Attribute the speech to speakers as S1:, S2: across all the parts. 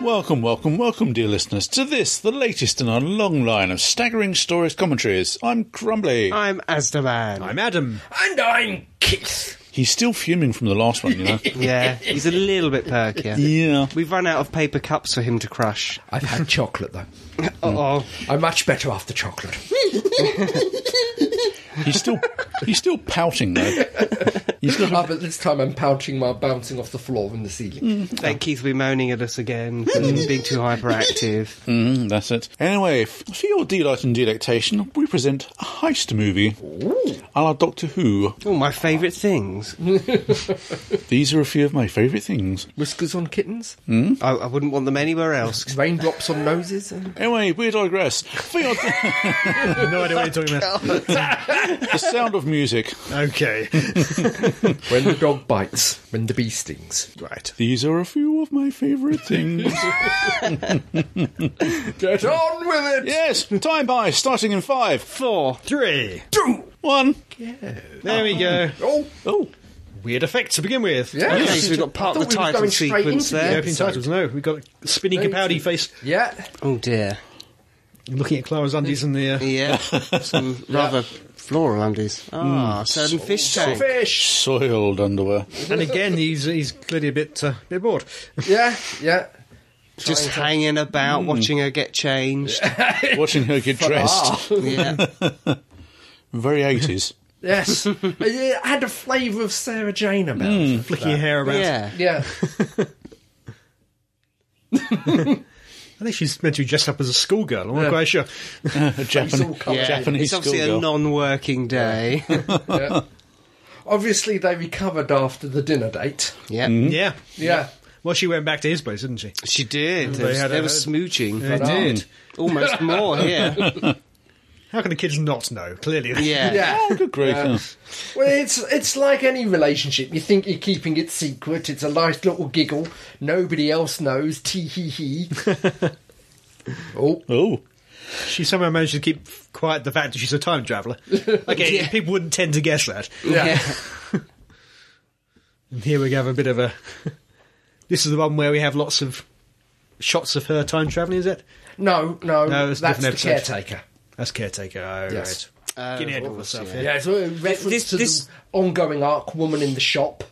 S1: Welcome, welcome, welcome, dear listeners, to this, the latest in our long line of staggering stories commentaries. I'm Crumbly.
S2: I'm Asdaman.
S3: I'm Adam.
S4: And I'm Keith.
S1: He's still fuming from the last one, you know?
S2: yeah, he's a little bit perkier.
S1: yeah.
S2: We've run out of paper cups for him to crush.
S3: I've had chocolate though.
S2: Oh,
S3: I'm much better after chocolate.
S1: He's still he's still pouting though. He's not
S5: Ah, but this time I'm pouching my bouncing off the floor and the ceiling.
S2: then Keith will be moaning at us again for being too hyperactive.
S1: Mm, that's it. Anyway, f- for your delight and delectation, we present a heist movie. A la Doctor Who.
S2: All Oh, my favourite things.
S1: These are a few of my favourite things.
S5: Whiskers on kittens,
S2: I, I wouldn't want them anywhere else.
S5: raindrops on noses. And...
S1: Anyway, we digress. For your
S3: no idea what you're talking about.
S1: the sound of music.
S3: Okay.
S5: When the dog bites, when the bee stings.
S3: Right.
S1: These are a few of my favourite things.
S5: Get on with it!
S1: yes, time by starting in five,
S2: Four.
S3: Three.
S1: one.
S3: There we go.
S5: Oh,
S1: Oh,
S3: Weird effects to begin with.
S5: yeah.
S2: Okay, so we've got part
S5: I
S2: of the
S5: thought we were
S2: title
S5: going straight
S2: sequence
S5: into the
S3: The
S2: there.
S3: opening
S5: episode.
S3: titles. No, we've got spinning Capaldi face
S5: Yeah,
S2: Oh dear.
S3: looking at Clara's undies and the. Uh,
S2: Yeah. Some rather floral undies. Ah, certain fish tank.
S5: fish.
S1: soiled underwear.
S3: and again, he's he's clearly a bit uh, bit bored.
S5: Yeah, yeah.
S2: Just hanging about, watching her get changed.
S1: Watching her get dressed.
S5: Ah,
S2: Yeah.
S1: Very 80s.
S5: yes. Uh, yeah, I had a flavour of Sarah Jane about.
S2: Hmm.
S5: it.
S3: Flicking your hair around.
S2: Yeah.
S5: Yeah,
S3: I think she's meant to be dressed up as a schoolgirl. I'm not quite sure.
S2: Mm-hmm.
S1: A Japan,
S5: all covered.
S2: Yeah,
S1: Japanese
S2: it's obviously a
S1: schoolgirl.
S2: non-working day. Yeah,
S5: yeah. Obviously, they recovered after the dinner date.
S2: Mm.
S3: Yeah.
S5: Yeah,
S3: Well, she went back to his place, didn't she?
S2: she did. There
S3: They
S2: was,
S3: had
S2: there
S3: a-
S2: was smooching,
S3: They did.
S2: almost more here.
S3: How can the kids not know? Clearly.
S2: Yeah,
S5: yeah.
S1: Oh, good grief. yeah.
S5: Well, it's it's like any relationship. You think you're keeping it secret. It's a nice little giggle. Nobody else knows. Tee hee hee. oh,
S1: Oh,
S3: She somehow managed to keep quiet the fact that she's a time traveller. Okay,
S2: Yeah.
S3: people wouldn't tend to guess that.
S5: yeah.
S2: Yeah.
S3: And here we have a bit of a. this is the one where we have lots of shots of her time travelling, is it?
S5: No, no.
S3: No, it's
S5: that's
S3: a
S5: the
S3: different episode.
S5: caretaker.
S3: That's caretaker. Oh,
S5: Yes.
S3: right. Getting ahead of herself. Yeah.
S5: Yeah, it's a reference
S2: this-
S5: to
S2: this-
S5: the ongoing arc woman in the shop.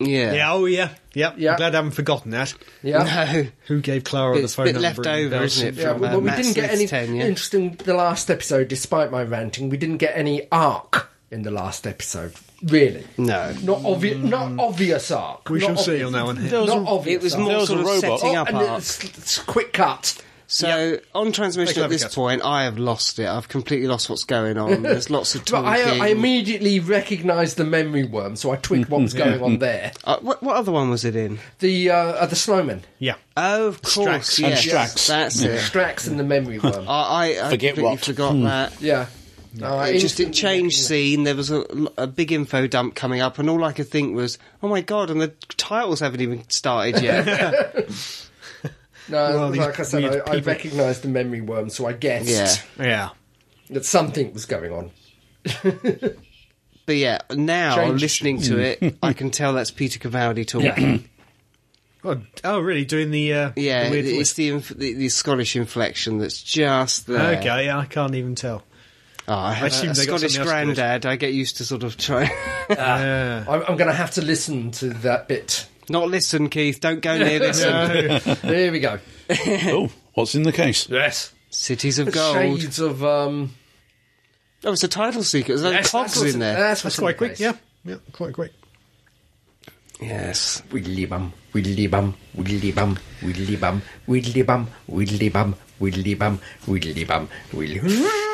S2: yeah.
S3: Yeah. Oh, yeah. Yep.
S5: Yeah.
S3: I'm glad I haven't forgotten that.
S5: Yeah.
S2: No,
S3: Who gave Clara the
S2: it's a
S3: phone
S2: bit
S3: number?
S2: left
S3: and
S2: over,
S3: those-
S2: isn't it?
S5: Yeah,
S2: From,
S5: well,
S2: uh,
S5: we
S2: Matt
S5: didn't get
S2: Smith's
S5: any
S2: tenure.
S5: interesting. The last episode, despite my ranting, we didn't get any arc in the last episode. Really,
S2: No.
S5: not obvious. Not obvious arc.
S3: We
S5: Not
S3: shall see
S5: obvious-
S3: on that one.
S1: There was
S5: Not
S1: a-
S5: obvious.
S2: It was
S5: arc.
S2: more
S1: There was
S2: sort
S1: a
S2: of
S1: robot.
S2: setting
S5: Oh,
S2: up
S5: and
S2: art.
S5: it's, it's quick cut.
S2: So on transmission at
S3: clever
S2: this
S3: cut.
S2: point, I have lost it. I've completely lost what's going on. Mm, There's lots of
S5: But
S2: talking.
S5: I, I immediately recognised the memory worm, so I twigged what was going on there.
S2: Uh, what, what other one was it in?
S5: The uh, uh, the snowman,
S3: Yeah.
S2: Oh, of course,
S3: Strax.
S1: And
S2: yes,
S1: Strax.
S2: that's it.
S5: Strax, and the memory worm.
S2: I, I, I
S1: Forget
S2: completely
S1: what. Hmm.
S2: forgot that.
S5: yeah, No, I
S2: It just it
S5: instantly
S2: changed scene. There was a, a big info dump coming up, and all I could think was, "Oh my god!" And the titles haven't even started yet.
S5: recognised- No,
S3: Well, these
S5: like I said,
S3: weird
S5: I, I
S3: people.
S5: recognised the memory worm, so I guessed
S2: yeah,
S3: Yeah.
S5: that something was going on.
S2: but yeah, now
S5: Changed.
S2: listening to it,
S3: Mm.
S2: I can tell that's Peter Cavaldi talking.
S3: Oh, oh, really? Doing the. Uh,
S2: Yeah,
S3: The weird
S2: it's the, inf- the the Scottish inflection that's just there.
S3: voice. Okay, yeah, I can't even tell.
S2: oh, I have a-
S3: assume
S2: a
S3: they
S2: Scottish
S3: got something else to do.
S2: granddad. I get used to sort of trying. Ah.
S3: Yeah.
S5: I'm, I'm going to have to listen to that bit.
S2: Not listen, Keith. Don't go near listen.
S5: There we go.
S1: oh, what's in the case?
S5: Yes,
S2: Cities of gold.
S5: shades of um.
S2: Oh, it's a title sequence. There's
S5: yes,
S2: cogs
S5: what's
S2: in there.
S5: That's,
S3: That's
S5: what's
S3: quite quick,
S5: in
S3: yeah. Yeah, quite quick. Oh,
S2: yes.
S5: Widdly bum, widdly bum, widdly bum, widdly bum, widdly bum, widdly bum, widdly bum, widdly bum, widdly.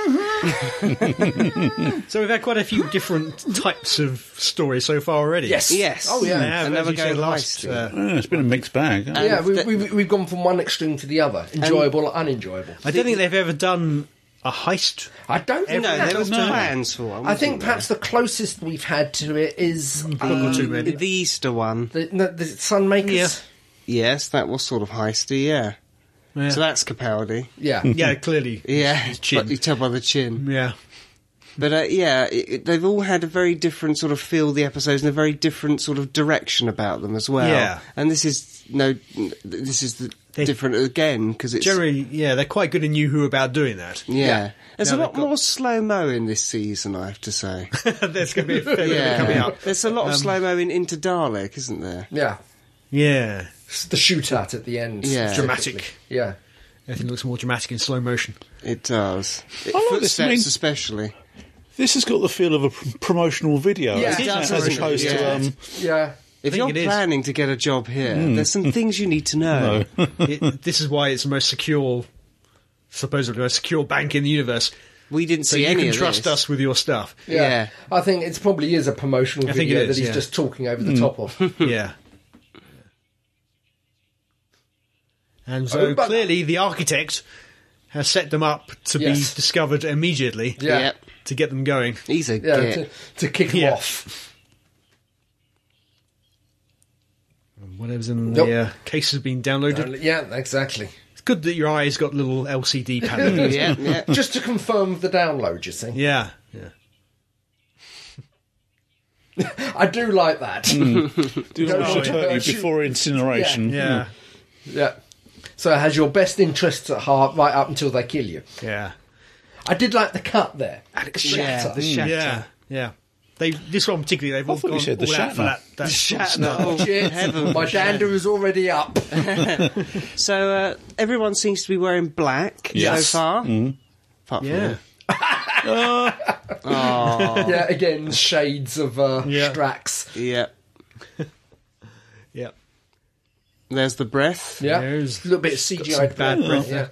S3: So we've had quite a few different types of stories so far already.
S5: Yes.
S2: Yes.
S5: Oh yeah.
S3: They have,
S2: Another
S3: as you said
S2: go
S3: last.
S2: heist.
S3: Uh,
S1: Yeah, it's been a mixed bag. hasn't it?
S5: Yeah, we,
S2: that-
S5: we, we've gone from one extreme to the other, enjoyable or unenjoyable.
S3: I don't think they've ever done a heist.
S5: I don't think
S2: No,
S5: that-
S2: there was plans for one.
S5: I think perhaps the closest we've had to it is um,
S3: Two
S2: wasn't there?
S3: men.
S2: Mm. the Easter one.
S5: the, no, the Sunmakers.
S2: Yes, that was sort of heisty. Yeah.
S3: Yeah.
S2: So that's Capaldi.
S5: Yeah.
S3: yeah, clearly.
S2: Yeah,
S3: chin.
S2: but you tell by the chin.
S3: Yeah.
S2: But uh, yeah, it, it- they've all had a very different sort of feel the episodes and a very different sort of direction about them as well.
S3: Yeah.
S2: and this is no, this is the
S3: They-
S2: different again because it's
S3: Generally, yeah, they're quite good in New Who about doing that.
S2: yeah. There's
S3: Now
S2: a
S3: they've
S2: lot
S3: got-
S2: more slow mo in this season, I have to say.
S3: There's going to be a fair bit
S2: yeah,
S3: coming up. Um,
S2: there's a lot of slow mo in Into Dalek, isn't there?
S5: Yeah.
S3: Yeah,
S5: It's the shootout at the end.
S2: Yeah.
S3: dramatic.
S5: Yeah.
S3: Everything looks more dramatic in slow motion.
S2: It does. It,
S1: I like this
S2: footsteps,
S1: main-
S2: especially.
S1: This has got the feel of a pr- promotional video,
S5: Yeah, it
S1: hasn't
S5: does,
S1: as
S5: doesn't it?
S1: opposed
S2: Yeah.
S1: to um,
S5: Yeah.
S2: If
S3: think
S2: you're
S3: it is. Hmm.
S2: planning to get a job here, there's some things you need to know.
S3: it, this is why it's the most secure, supposedly the most secure bank in the universe.
S2: We didn't
S3: So
S2: see
S3: you
S2: any
S3: can
S2: of
S3: trust
S2: this.
S3: us with your stuff.
S5: Yeah.
S2: Yeah.
S5: I think it probably is a promotional
S3: I think
S5: video
S3: it is,
S5: that he's
S3: yeah.
S5: just talking over the
S2: Mm.
S5: top of.
S3: yeah. And so
S5: Oh, but-
S3: clearly the architect has set them up to
S5: Yes.
S3: be discovered immediately
S5: Yeah.
S2: Yep.
S3: to get them going.
S2: He's a
S5: Yeah,
S2: git.
S5: to, to kick him
S3: Yeah.
S5: off.
S3: Whatever's in
S5: Nope.
S3: the uh, case has been downloaded.
S5: Yeah, exactly.
S3: It's good that your eyes got little LCD panel.
S2: yeah, yeah.
S5: Just to confirm the download, you see.
S3: yeah, yeah.
S5: I do like that.
S3: Mm.
S1: Do not
S5: Go
S1: shoot
S5: away.
S1: hurt you
S5: Shoot.
S1: before incineration.
S3: Yeah,
S5: Yeah. So it has your best interests at heart right up until they kill you.
S3: yeah,
S5: I did like the cut there.
S3: Alex
S5: The
S2: Yeah,
S5: shatter.
S2: the shatter.
S3: yeah, yeah. They this one particularly they've all
S1: thought you
S3: gone
S1: said the
S3: all out for
S1: Shatner.
S3: that. that sort of
S2: Shatner.
S3: stuff.
S2: Oh,
S5: Shit,
S2: heaven.
S5: my dander is already up.
S2: So uh, everyone seems to be wearing black
S1: Yes.
S2: so far. Apart from
S3: Yeah.
S2: you.
S5: yeah, again, shades of uh,
S3: Oh. Yeah.
S5: Strax.
S2: Yeah.
S3: Yeah.
S2: There's the breath.
S5: Yeah,
S3: There's-
S5: a little bit of
S3: got some
S5: CGI
S3: bad breath
S5: Yeah.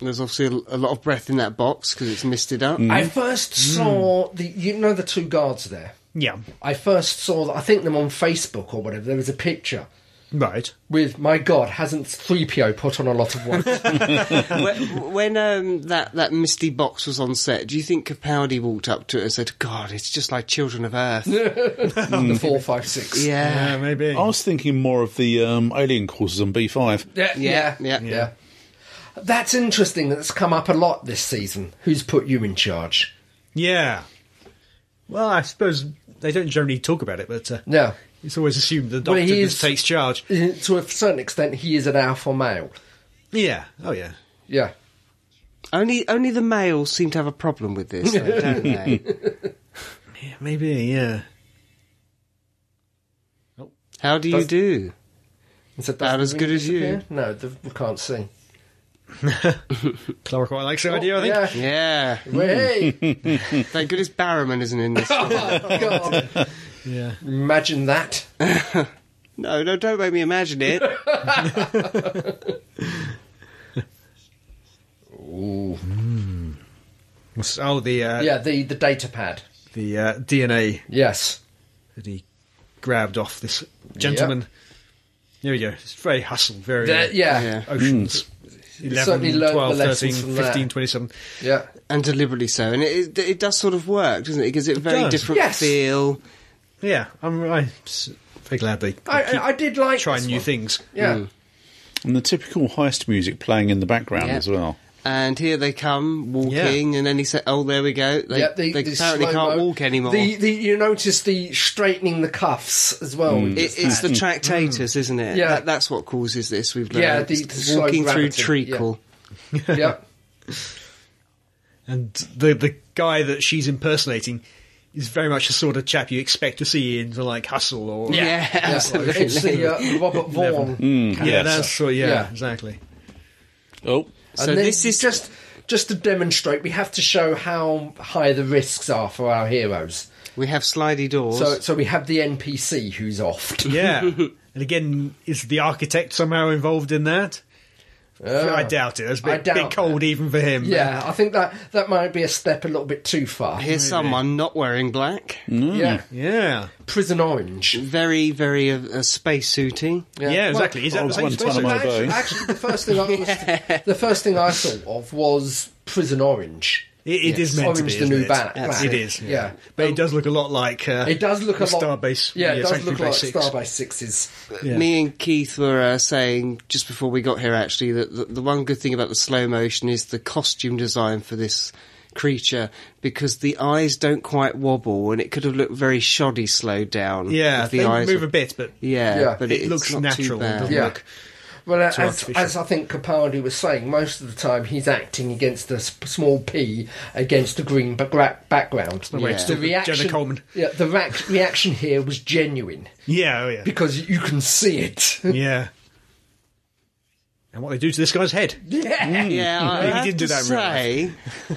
S2: There's obviously a, a lot of breath in that box because it's misted up.
S5: I first
S3: Mm.
S5: saw the you know the two guards there.
S3: Yeah.
S5: I first saw I think them on Facebook or whatever. There was a picture
S3: Right.
S5: with my God, hasn't three PO put on a lot of weight?
S2: when when, um, that, that misty box was on set, do you think Capaldi walked up to it and said, God, it's just like Children of Earth? yeah.
S5: the
S2: Mm.
S5: four, five, six.
S3: Yeah,
S2: Yeah.
S3: maybe.
S1: I was thinking more of the um, alien courses on B5.
S5: Yeah,
S2: Yeah,
S5: yeah,
S2: yeah.
S5: yeah. That's interesting. That's come up a lot this season. Who's put you in charge?
S3: Yeah. Well, I suppose they don't generally talk about it, but uh,
S5: No,
S3: it's always assumed the
S5: Well,
S3: doctor
S5: he
S3: just
S5: is-
S3: takes charge.
S5: uh, to a certain extent, he is an alpha male.
S3: Yeah. Oh, yeah.
S5: Yeah,
S2: Only, only the males seem to have a problem with this, though, don't they?
S3: yeah maybe. Yeah.
S2: How do you
S5: Does-
S2: do?
S5: Is it
S2: About
S5: doesn't
S2: as good as you.
S5: disappear? No, the, we can't see.
S3: Clara quite likes
S2: Oh,
S3: the idea. I think.
S5: Yeah.
S2: Yeah.
S5: Hey, Oh,
S2: Thank goodness Barrowman isn't in this.
S5: God.
S3: Yeah.
S5: Imagine that.
S2: no, no, don't make me imagine it.
S3: What's- Oh, the uh,
S5: Yeah, the the data pad.
S3: the uh, DNA
S5: Yes.
S3: that he grabbed off this gentleman. There we go. It's very hustled. Very. uh,
S5: The- yeah. yeah.
S2: Yeah.
S3: Oceans. Hmm.
S5: certainly
S3: 11,
S5: learnt the
S3: 12,
S5: lessons
S3: 13,
S5: from that.
S3: 15, 27.
S5: Yeah.
S2: and deliberately so. And it, it, it does sort of work, doesn't it? It gives it a very
S3: does.
S2: different
S5: Yes.
S2: feel.
S3: Yeah, I'm, I'm s- very glad they
S5: I,
S3: keep
S5: I, I did like
S3: trying
S5: this
S3: new
S5: one.
S3: things.
S5: Yeah.
S2: Hmm.
S1: And the typical heist music playing in the background
S2: Yeah.
S1: as well.
S2: And here they come walking, and then he said, "Oh, there we go." They,
S5: Yeah,
S2: they
S5: the
S2: apparently
S5: slow-mo.
S2: can't walk anymore.
S5: The, the, you notice the straightening the cuffs as well.
S2: it, it's the tractatus, isn't it?
S5: Yeah.
S2: That, that's what causes this. We've learned.
S5: Yeah, the-
S2: It's
S5: the slow
S2: walking through
S5: gravity,
S2: treacle.
S5: yeah.
S3: And the the guy that she's impersonating is very much the sort of chap you expect to see in the, like Hustle or
S2: Yeah,
S5: Yeah.
S2: absolutely. Mm.
S5: It's the uh, Robert Vaughan.
S3: yeah,
S1: Mm. yes.
S3: that's so yeah,
S5: Yeah.
S3: exactly.
S1: Oh,
S2: So
S5: and then
S2: this is
S5: just just to demonstrate, we have to show how high the risks are for our heroes.
S2: we have slidey doors.
S5: So, so we have the NPC who's off.
S3: Yeah, and again, is the architect somehow involved in that? I doubt it. That's a
S5: Uh, I
S3: bit,
S5: doubt
S3: bit cold even for him.
S5: Yeah, I think that that might be a step a little bit too far.
S2: Here's someone not wearing black,
S5: Yeah,
S3: yeah,
S5: Prison Orange.
S2: very, very uh, uh, space suiting.
S3: yeah, exactly. Is that
S1: I
S3: the
S1: was
S3: same
S1: one
S3: space?
S1: time I-
S5: Actually,
S1: Bow.
S5: actually, the first thing I was, the first thing I thought of was Prison Orange.
S3: It, it is meant
S5: Orange,
S3: to be
S5: the
S3: isn't
S5: new
S3: it?
S5: bat.
S3: It is. Yeah,
S5: yeah. Um,
S3: but it does look a lot like uh,
S5: It does look a
S3: the
S5: lot.
S3: Starbase.
S5: Yeah, it does
S3: Sanctuary
S5: look like
S3: Base 6.
S5: Starbase Sixes.
S3: Yeah.
S2: Me and Keith were uh, saying just before we got here, actually, that the, the one good thing about the slow motion is the costume design for this creature because the eyes don't quite wobble, and it could have looked very shoddy slowed down.
S3: Yeah,
S2: if
S3: they
S2: the eyes
S3: move
S2: were-
S3: a bit, but
S2: Yeah,
S5: Yeah.
S2: but
S3: It
S2: it's
S3: looks
S2: not
S3: natural,
S2: Too bad.
S3: doesn't
S5: Yeah.
S3: Look.
S5: Well,
S3: It's
S5: as,
S3: artificial.
S5: as I think Capaldi was saying, most of the time he's acting against a s- small p against a green ba- gra- background.
S2: way it's
S5: The
S2: still
S5: reaction,
S3: Jenna Coleman.
S5: yeah, the rac- reaction here was genuine
S3: Yeah, oh yeah.
S5: because you can see it.
S3: yeah. And what they do to this guy's head.
S5: yeah.
S2: Yeah, I
S3: He
S2: have
S3: did do
S2: to
S3: that in real
S2: say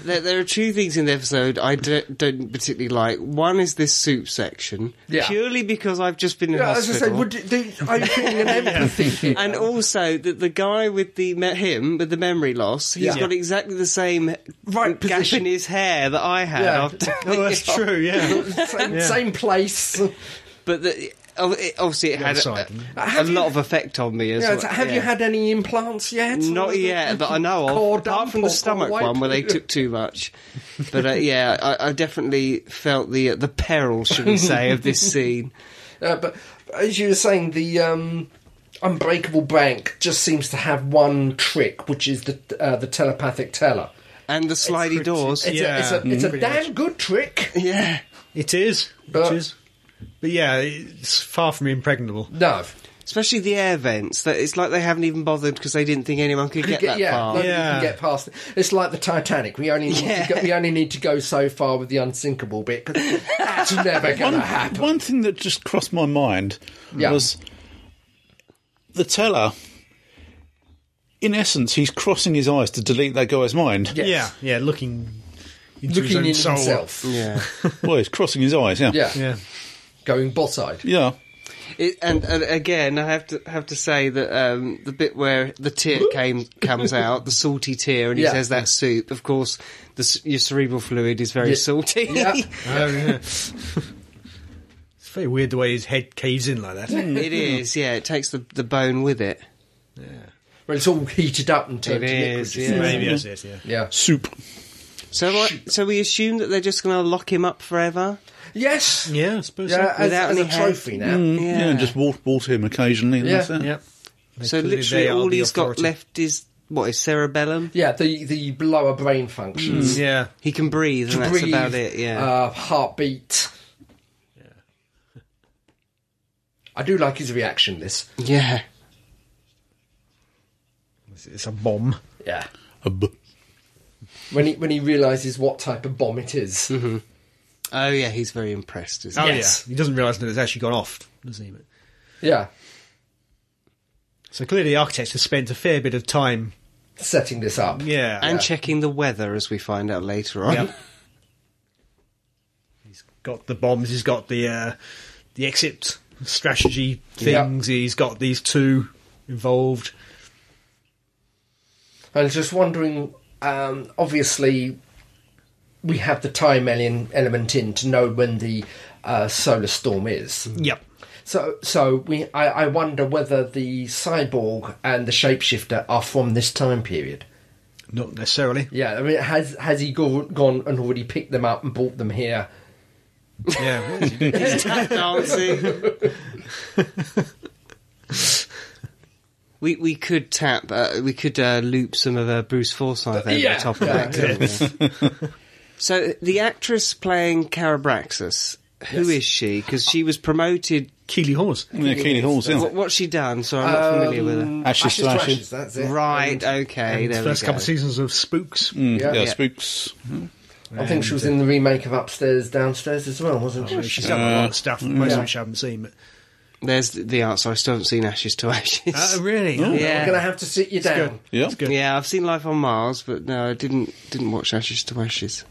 S2: that there are two things in the episode I do, don't particularly like. One is this soup section,
S5: Yeah.
S2: purely because I've just been in
S5: Yeah, as I
S2: hospital.
S5: said, would, you- do, are you feeling an empathy here?
S2: and also that the guy with the me- him with the memory loss, he's
S5: Yeah.
S2: got exactly the same
S5: Right
S2: gap
S5: position.
S2: in his hair that I had.
S5: Yeah.
S2: After
S3: Oh, that's true, yeah.
S5: same,
S3: Yeah.
S5: same place.
S2: but the, oh, it- obviously it had
S3: side,
S2: a,
S3: didn't it?
S2: a
S5: Have you-
S2: lot of effect on me as
S5: Yeah,
S2: well.
S5: so have you
S2: yeah.
S5: had any implants yet?
S2: Not yet, that I know of.
S5: Cord
S2: apart
S5: dump
S2: from
S5: or
S2: the
S5: cord
S2: stomach
S5: wipe?
S2: one where they took too much. But uh, yeah, I, I definitely felt the uh, the peril, should we say, of this scene.
S5: Uh, but as you were saying, the um, Unbreakable Bank just seems to have one trick, which is the uh, the telepathic teller.
S2: And the slidey
S3: pretty-
S2: doors.
S5: It's a, it's a,
S3: Yeah, Mm.
S5: it's a
S3: pretty
S5: damn good trick.
S2: yeah.
S3: It is.
S5: But-
S3: it is. But yeah, it's far from impregnable.
S5: No,
S2: Especially the air vents. That It's like they haven't even bothered because they didn't think anyone could get that
S5: yeah,
S2: far.
S5: nobody
S3: Yeah.
S5: can get past. It. It's like the Titanic. We only need
S2: Yeah.
S5: to go, we only need to go so far with the unsinkable bit 'cause that's never going to happen.
S1: One thing that just crossed my mind
S5: Yeah.
S1: was the teller. In essence, he's crossing his eyes to delete that guy's mind.
S5: Yes.
S3: Yeah, yeah, looking into his
S5: Looking
S3: own
S5: in
S3: soul. Mm.
S5: himself,
S2: Yeah.
S1: Well, he's crossing his eyes. Yeah.
S5: yeah,
S3: Yeah.
S5: going bot-eyed.
S1: Yeah.
S2: It, and, and again, I have to have to say that um, the bit where the tear came comes out, the salty tear, and he
S5: Yeah.
S2: says that soup. Of course, the, s- your cerebral fluid is very
S5: Yeah.
S2: salty.
S5: Yeah.
S3: Oh, yeah. it's very weird the way his head caves in like that.
S2: It is, yeah. It takes the, the bone with it.
S5: Well, it's all heated up and turned
S2: It
S5: to liquid.
S2: is,
S5: isn't it?
S3: Maybe that's it, yeah.
S5: yeah.
S1: Soup.
S2: So, I, so we assume that they're just going to lock him up forever.
S5: Yes.
S3: Yeah, I suppose
S5: Yeah,
S3: so.
S5: as,
S2: Without
S5: as a
S2: any hand.
S5: trophy now.
S1: Yeah. and just water, water him occasionally. And
S5: Yeah.
S1: that's it.
S3: Yeah. They
S2: so
S3: clearly they
S2: literally,
S3: are
S2: all
S3: the
S2: he's got
S3: authority.
S2: left is what is cerebellum.
S5: Yeah, the the lower brain functions.
S3: Yeah.
S2: He can breathe, and that's
S5: Breathe,
S2: about it. Yeah.
S5: Uh, heartbeat. I do like his reaction. This.
S2: yeah.
S3: It's- It's a bomb.
S5: Yeah.
S1: A b-
S5: When he when he realizes what type of bomb it is.
S2: Oh yeah, he's very impressed. Isn't
S3: Oh,
S2: he?
S5: Yes.
S3: yeah. He doesn't realise that it's actually gone off, doesn't he? But-
S5: Yeah.
S3: So clearly the architect has spent a fair bit of time.
S5: Setting this up.
S3: Yeah.
S2: And checking the weather, as we find out later on.
S3: Yep. he's got the bombs, he's got the uh, the exit strategy things, he's got these two involved.
S5: I was just wondering. Um, obviously, we have the time ele- element in to know when the uh, solar storm is.
S3: Yep.
S5: So, so we. I, I wonder whether the cyborg and the shapeshifter are from this time period.
S3: Not necessarily.
S5: Yeah, I mean, has has he go, gone and already picked them up and brought them here?
S3: Yeah. what is he doing?
S2: Dancing. we we could tap. Uh, we could uh, loop some of uh, Bruce Forsyth over
S5: Yeah.
S2: the top of that. couldn't we? so the actress playing Cara Braxis. Who is she? Because she was promoted.
S3: Keely Hawes.
S1: yeah, Keely Hall's, yeah.
S2: What, what's she done? So I'm not familiar with
S5: Um,
S2: her.
S1: Ashes to
S5: to
S1: ashes.
S5: That's it.
S2: Right. Okay.
S3: The
S2: There
S3: first
S2: we go.
S3: couple of seasons of Spooks.
S1: Mm,
S5: Yeah.
S1: yeah.
S2: Yeah.
S1: spooks.
S5: I think she was in the remake of Upstairs, Downstairs as well, wasn't she?
S3: Oh, She's done a lot of stuff, most
S5: Yeah.
S3: of which I haven't seen. But
S2: There's the- the answer. I still haven't seen Ashes to Ashes.
S3: Oh, Uh, really?
S5: I'm going to
S2: yeah.
S5: have to sit you down.
S1: Yeah.
S3: It's good.
S2: Yeah, I've seen Life on Mars, but no, I didn't didn't watch Ashes to Ashes.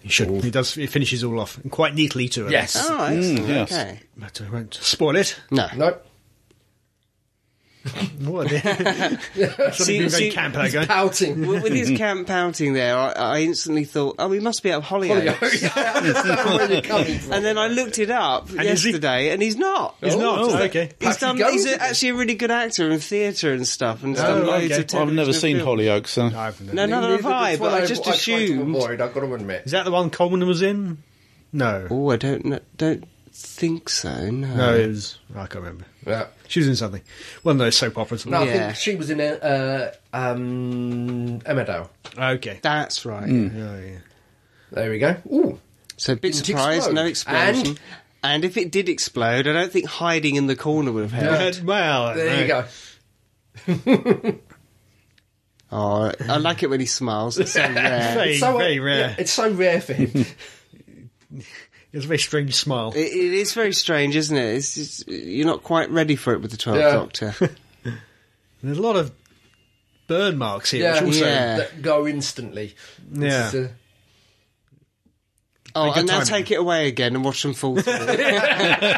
S3: He should. He does. He finishes all off and quite neatly too. I
S5: Hmm, Yes.
S2: Oh, excellent.
S1: yes.
S2: Okay.
S3: think. But I won't spoil it.
S2: No.
S5: Nope.
S3: What? Something
S2: See-
S3: very
S2: see-
S3: camp that guy.
S5: Pouting.
S2: with, with his camp pouting there, I, I instantly thought, oh, he must be out of Hollyoaks.
S5: Yeah, I understand where you're coming from.
S2: And then I looked it up
S3: is he-
S2: yesterday, and he's not.
S3: He's not.
S1: Oh.
S3: okay.
S2: He's,
S5: Perhaps he
S2: done,
S5: goes
S2: he's
S5: again.
S2: a, actually a really good actor in theatre and stuff, and he's
S3: Oh,
S2: done loads
S3: okay.
S2: of
S1: I've
S2: television
S1: never seen
S2: and film.
S1: Hollyoaks, so.
S3: No, I haven't done
S2: No,
S3: it.
S2: neither have
S5: Neither-
S2: I,
S5: that's
S2: but
S5: what
S2: I just
S5: I tried to
S2: assumed.
S5: avoid, I've got to admit.
S3: Is that the one Coleman was in? No.
S2: Oh, I don't know, don't think so. No.
S3: No, it was. I can't remember.
S5: Yeah.
S3: She was in something. One of those soap operas.
S5: No, I
S2: Yeah.
S5: think she was in a, uh, um, Emmerdale.
S3: Okay.
S2: That's
S5: Mm.
S2: right.
S5: Hmm.
S3: Oh, yeah.
S5: There we go. Ooh.
S2: So big
S5: Didn't
S2: surprise, no
S5: explode.
S2: explosion.
S5: And
S2: And if it did explode, I don't think hiding in the corner would have helped.
S3: Uh, well,
S5: There you go.
S2: Oh, I like it when he smiles. It's so rare.
S3: Very,
S5: It's so,
S3: very
S5: yeah,
S3: rare.
S5: it's so rare for him.
S3: It's a very strange smile.
S2: It, it is very strange, isn't it? It's just, you're not quite ready for it with the 12th
S5: Yeah.
S2: Doctor.
S3: There's a lot of burn marks here,
S5: yeah,
S3: which also
S2: Yeah.
S5: that go instantly. This
S3: Yeah.
S5: is, uh,
S2: Oh,
S3: Very good
S2: and now
S3: timing.
S2: take it away again and watch them fall through.
S3: so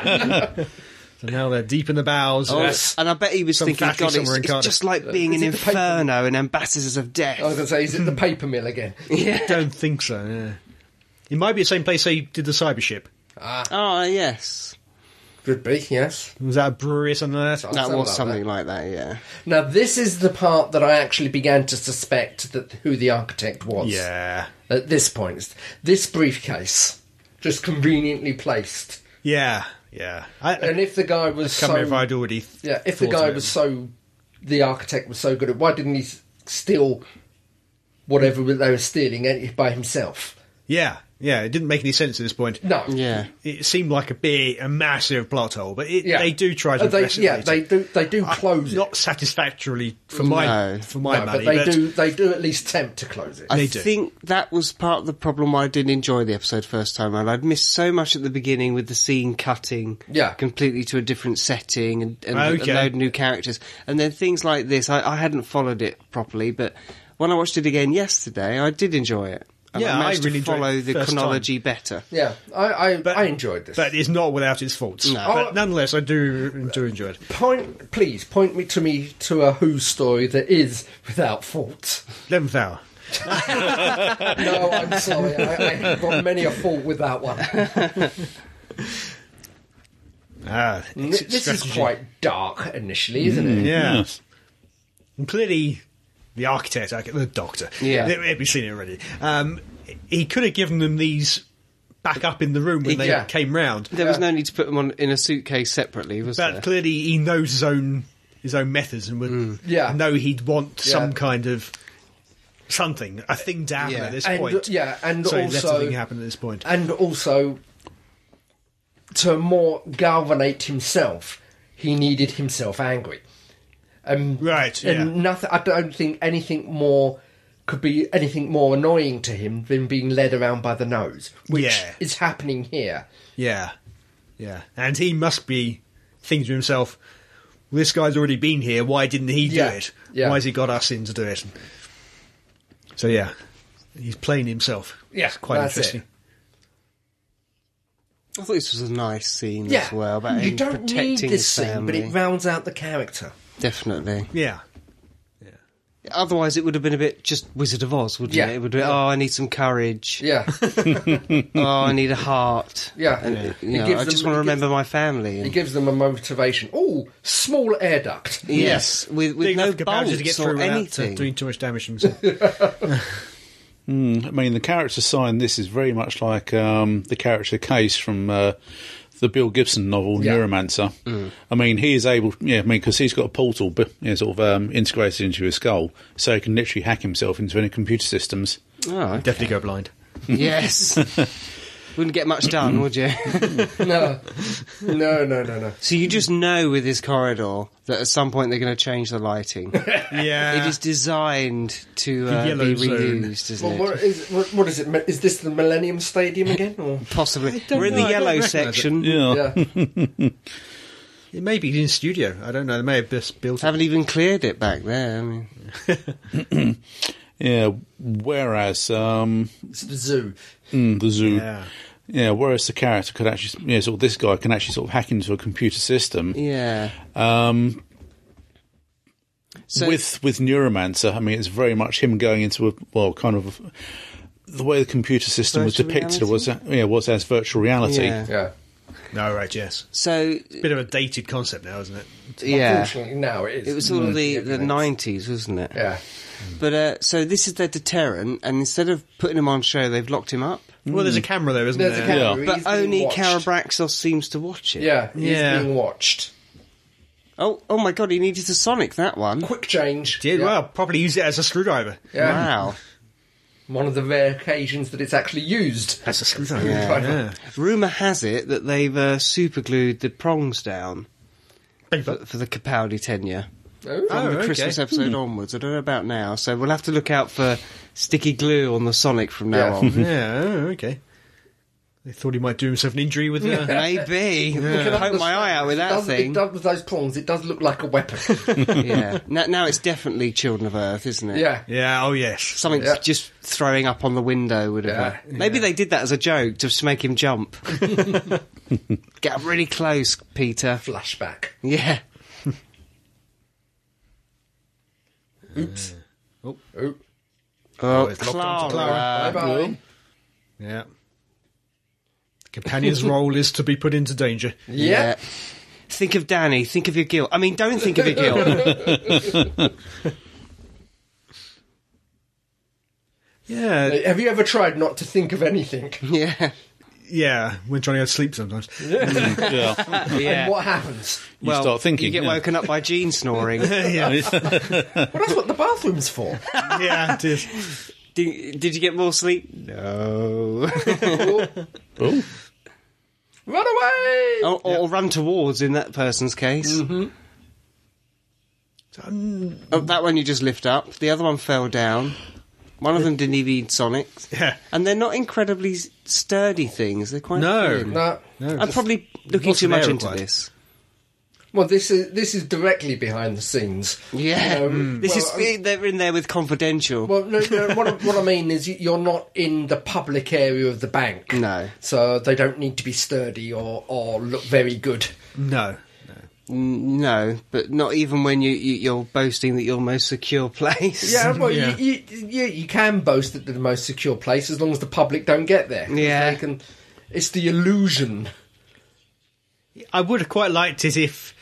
S3: now they're deep in the bowels.
S2: Oh,
S3: Yes.
S2: And I bet he was
S3: Some
S2: thinking,
S3: fatty
S2: God, it's,
S3: somewhere in
S2: it's
S3: Cardiff."
S2: just like being
S5: Is
S2: in
S5: it the paper-
S2: Inferno and Ambassadors of Death.
S5: I
S3: Oh,
S5: was going to say, is it the paper mill again?
S3: I don't think so. Yeah. It might be the same place they did the cyber ship.
S2: Oh, yes.
S5: Ah, Could be, yes.
S3: Was that a brewery or something like that?
S5: Oh,
S2: That
S5: something
S2: was
S5: like
S2: something like that, yeah.
S5: Now, this is the part that I actually began to suspect that who the architect was.
S3: Yeah,
S5: At this point, It's this briefcase, just conveniently placed.
S3: yeah, yeah. I, I
S5: And if the guy was
S3: can't
S5: so,
S3: remember if I'd already. th-
S5: yeah, if the
S3: thought
S5: guy
S3: of it.
S5: was so, the architect was so good at, why didn't he s- steal whatever they were stealing eh, by himself?
S3: Yeah, yeah. It didn't make any sense at this point.
S5: No,
S2: Yeah.
S3: It seemed like a big, a massive plot hole, but it,
S5: Yeah.
S3: they do try to
S5: Uh, they,
S3: address it
S5: yeah,
S3: later.
S5: they do. They do
S3: I-
S5: close it.
S3: not satisfactorily for my
S2: No.
S3: for my
S5: No,
S3: money,
S5: but they
S3: but,
S5: do. They do at least attempt to close it.
S2: I
S3: They do.
S2: think that was part of the problem why I didn't enjoy the episode first time around. I'd missed so much at the beginning with the scene cutting
S5: Yeah.
S2: completely to a different setting and, and
S3: Okay.
S2: a load of new characters. And then things like this, I, I hadn't followed it properly, but when I watched it again yesterday, I did enjoy it. And
S3: Yeah, I
S2: I managed
S3: really
S2: to
S3: enjoyed it
S2: follow the
S3: first time.
S2: chronology better.
S5: yeah, I, I,
S3: but-
S5: I enjoyed this.
S3: but it's not without its faults. But
S5: Oh,
S3: nonetheless, I do do enjoy it.
S5: point, please point me to me to a Who story that is without fault.
S3: Eleventh hour.
S5: No, I'm sorry, I, I have got many a fault with that one.
S3: Ah,
S5: This
S3: exit
S5: is
S3: strategy.
S5: quite dark initially, isn't it?
S3: Yeah.
S1: Yes.
S3: And clearly, the architect, arch- the doctor,
S2: Yeah.
S3: they- we've seen it already. Um, he could have given them these back up in the room when they
S5: Yeah.
S3: came round,
S2: There was no need to put them on in a suitcase separately, was
S3: but
S2: there?
S3: clearly he knows his own his own methods and would
S2: Mm.
S5: Yeah.
S3: know he'd want some
S5: Yeah.
S3: kind of something, a thing to happen
S2: Yeah.
S3: at this
S5: And,
S3: point.
S5: yeah, and
S3: so he let
S5: also-
S3: the thing happen at this point.
S5: And also, to more galvanate himself, he needed himself angry. Um,
S3: Right,
S5: And
S3: yeah.
S5: nothing. I don't think anything more could be anything more annoying to him than being led around by the nose, which
S3: Yeah.
S5: is happening here.
S3: Yeah, yeah, and he must be thinking to himself. "Well, This guy's already been here. Why didn't he
S5: Yeah,
S3: do it?
S5: yeah.
S3: Why has he got us in to do it? So yeah, he's playing himself.
S5: Yeah,
S3: It's quite
S5: that's
S3: interesting.
S5: it.
S2: I thought this was a nice scene as well. About
S5: you
S2: him
S5: don't
S2: protecting
S5: need
S2: his
S5: this scene, but it
S2: family.
S5: rounds out the character.
S2: definitely.
S3: Yeah,
S2: Otherwise, it would have been a bit just Wizard of Oz, wouldn't
S5: Yeah.
S2: it? It would have been, oh, I need some courage.
S5: Yeah,
S2: Oh, I need a heart.
S5: Yeah.
S2: And,
S5: Yeah.
S2: you
S5: It
S2: know,
S5: gives
S2: I just want to
S5: them- it gives-
S2: remember my family.
S5: it
S2: And,
S5: gives them a motivation. Oh, small air duct.
S2: yes, with, with
S3: Big
S2: no
S3: enough capacity
S2: bolts
S3: to get
S2: or
S3: through without uh,
S2: anything.
S3: doing too much damage to himself.
S1: I mean, the character sign this is very much like um, the character Case from uh, the Bill Gibson novel
S5: Yeah.
S1: Neuromancer. I mean, he is able, yeah, I mean, because he's got a portal but, you know, sort of um, integrated into his skull, so he can literally hack himself into any computer systems.
S2: Oh, okay.
S3: Definitely go blind.
S2: yes. Wouldn't get much done, would you?
S5: No, no, no, no, no.
S2: so you just know with this corridor that at some point they're going to change the lighting.
S3: Yeah,
S2: it is designed to uh,
S3: yellow
S2: be
S3: zone.
S2: reused, isn't it?
S5: Well, what is what, what is it? Is this the Millennium Stadium again? Or
S2: Possibly.
S3: don't
S2: We're in
S3: know,
S2: the
S3: I don't
S2: yellow
S3: recognise it.
S2: section.
S1: Yeah.
S5: yeah,
S3: it may be in studio. I don't know. They may have just built it.
S2: Haven't even cleared it back there. I mean,
S1: Yeah, whereas um,
S5: it's the zoo.
S1: mm, the zoo.
S3: Yeah.
S1: Yeah, whereas the character could actually, you know, sort of this guy can actually sort of hack into a computer system.
S2: yeah.
S1: Um,
S2: So
S1: with with Neuromancer, I mean, it's very much him going into a well, kind of the way the computer system was
S2: Virtual
S1: depicted
S2: reality?
S1: was yeah was as virtual reality.
S2: Yeah.
S5: Yeah,
S3: No, right. Yes,
S2: So
S3: bit of a dated concept now, isn't it?
S2: yeah,
S5: Unfortunately, now it is.
S2: it was sort of the the
S5: Everything's-
S2: nineties, wasn't it?
S5: Yeah,
S2: But uh, so this is their deterrent, and instead of putting him on show, they've locked him up.
S3: Well, there's a camera there, isn't
S5: Hmm. there's a
S3: there?
S5: camera.
S1: Yeah.
S5: he's
S2: But
S5: being
S2: only
S5: watched.
S2: Carabraxos seems to watch it.
S5: Yeah, he's
S3: Yeah.
S5: being watched.
S2: Oh, oh my god, he needed to Sonic that one.
S5: Quick change.
S3: Did
S5: yeah.
S3: well. Probably use it as a screwdriver.
S5: Yeah.
S2: Wow.
S5: one of the rare occasions that it's actually used.
S3: That's a screwdriver.
S5: Yeah.
S3: Yeah.
S2: Rumour has it that they've uh, superglued the prongs down for, for the Capaldi tenure. From
S5: Oh.
S3: Oh,
S2: the
S3: okay.
S2: Christmas episode onwards, I don't know about now, so we'll have to look out for sticky glue on the Sonic from now
S5: Yeah.
S2: on.
S3: Yeah, oh, okay. They thought he might do himself an injury with uh, the.
S2: Maybe. I
S5: Can
S2: can poke my
S5: understand.
S2: eye out with
S5: It
S2: that
S5: does-
S2: thing.
S5: It does, with those prongs, it does look like a weapon.
S2: yeah. Now, now it's definitely Children of Earth, isn't it?
S5: yeah.
S3: Yeah, oh yes.
S2: Something
S5: Yeah.
S2: just throwing up on the window would have.
S5: Yeah.
S2: Maybe they did that as a joke just to make him jump. Get really close, Peter.
S5: Flashback.
S2: Yeah.
S5: Oops.
S3: Oh.
S5: Oh.
S2: Oh,
S3: it's locked
S2: Clara.
S3: onto Clara.
S2: Uh,
S5: Bye bye.
S3: Yeah. Companion's role is to be put into danger.
S5: Yeah.
S2: Think of Danny. Think of your guilt. I mean, don't think of your guilt.
S3: Yeah,
S5: Have you ever tried not to think of anything?
S2: yeah.
S3: yeah. When Johnny had sleep sometimes.
S1: yeah.
S2: Yeah.
S5: And what happens?
S1: You start thinking.
S2: You get
S1: yeah.
S2: woken up by Gene snoring.
S3: yeah,
S5: Well, that's what the bathroom's for.
S3: yeah, it is.
S2: did, did you get more sleep? No.
S1: Ooh.
S5: Run away!
S2: or, or run towards in that person's case.
S3: Um,
S2: Oh, that one you just lift up. The other one fell down. One of them didn't even need sonics.
S3: Yeah.
S2: And they're not incredibly s- sturdy things. They're quite.
S3: No.
S2: thin.
S5: No.
S3: No,
S2: I'm probably looking
S3: Lots
S2: too
S3: of
S2: much
S3: air
S2: into
S3: required.
S2: this.
S5: Well, this is this is directly behind the scenes.
S2: Yeah. Hmm.
S5: You know,
S2: This
S5: Um, well, uh,
S2: is. they're in there with confidential.
S5: Well, no, no, what, I, what I mean is you- you're not in the public area of the bank.
S2: No.
S5: So they don't need to be sturdy or, or look very good.
S3: no.
S2: N- No, but not even when you, you you're boasting that your most secure place.
S5: Yeah, well,
S3: Yeah.
S5: You, you, you, you can boast that they're the most secure place as long as the public don't get there. 'Cause
S2: Yeah.
S5: They can, it's the illusion.
S3: I would have quite liked it if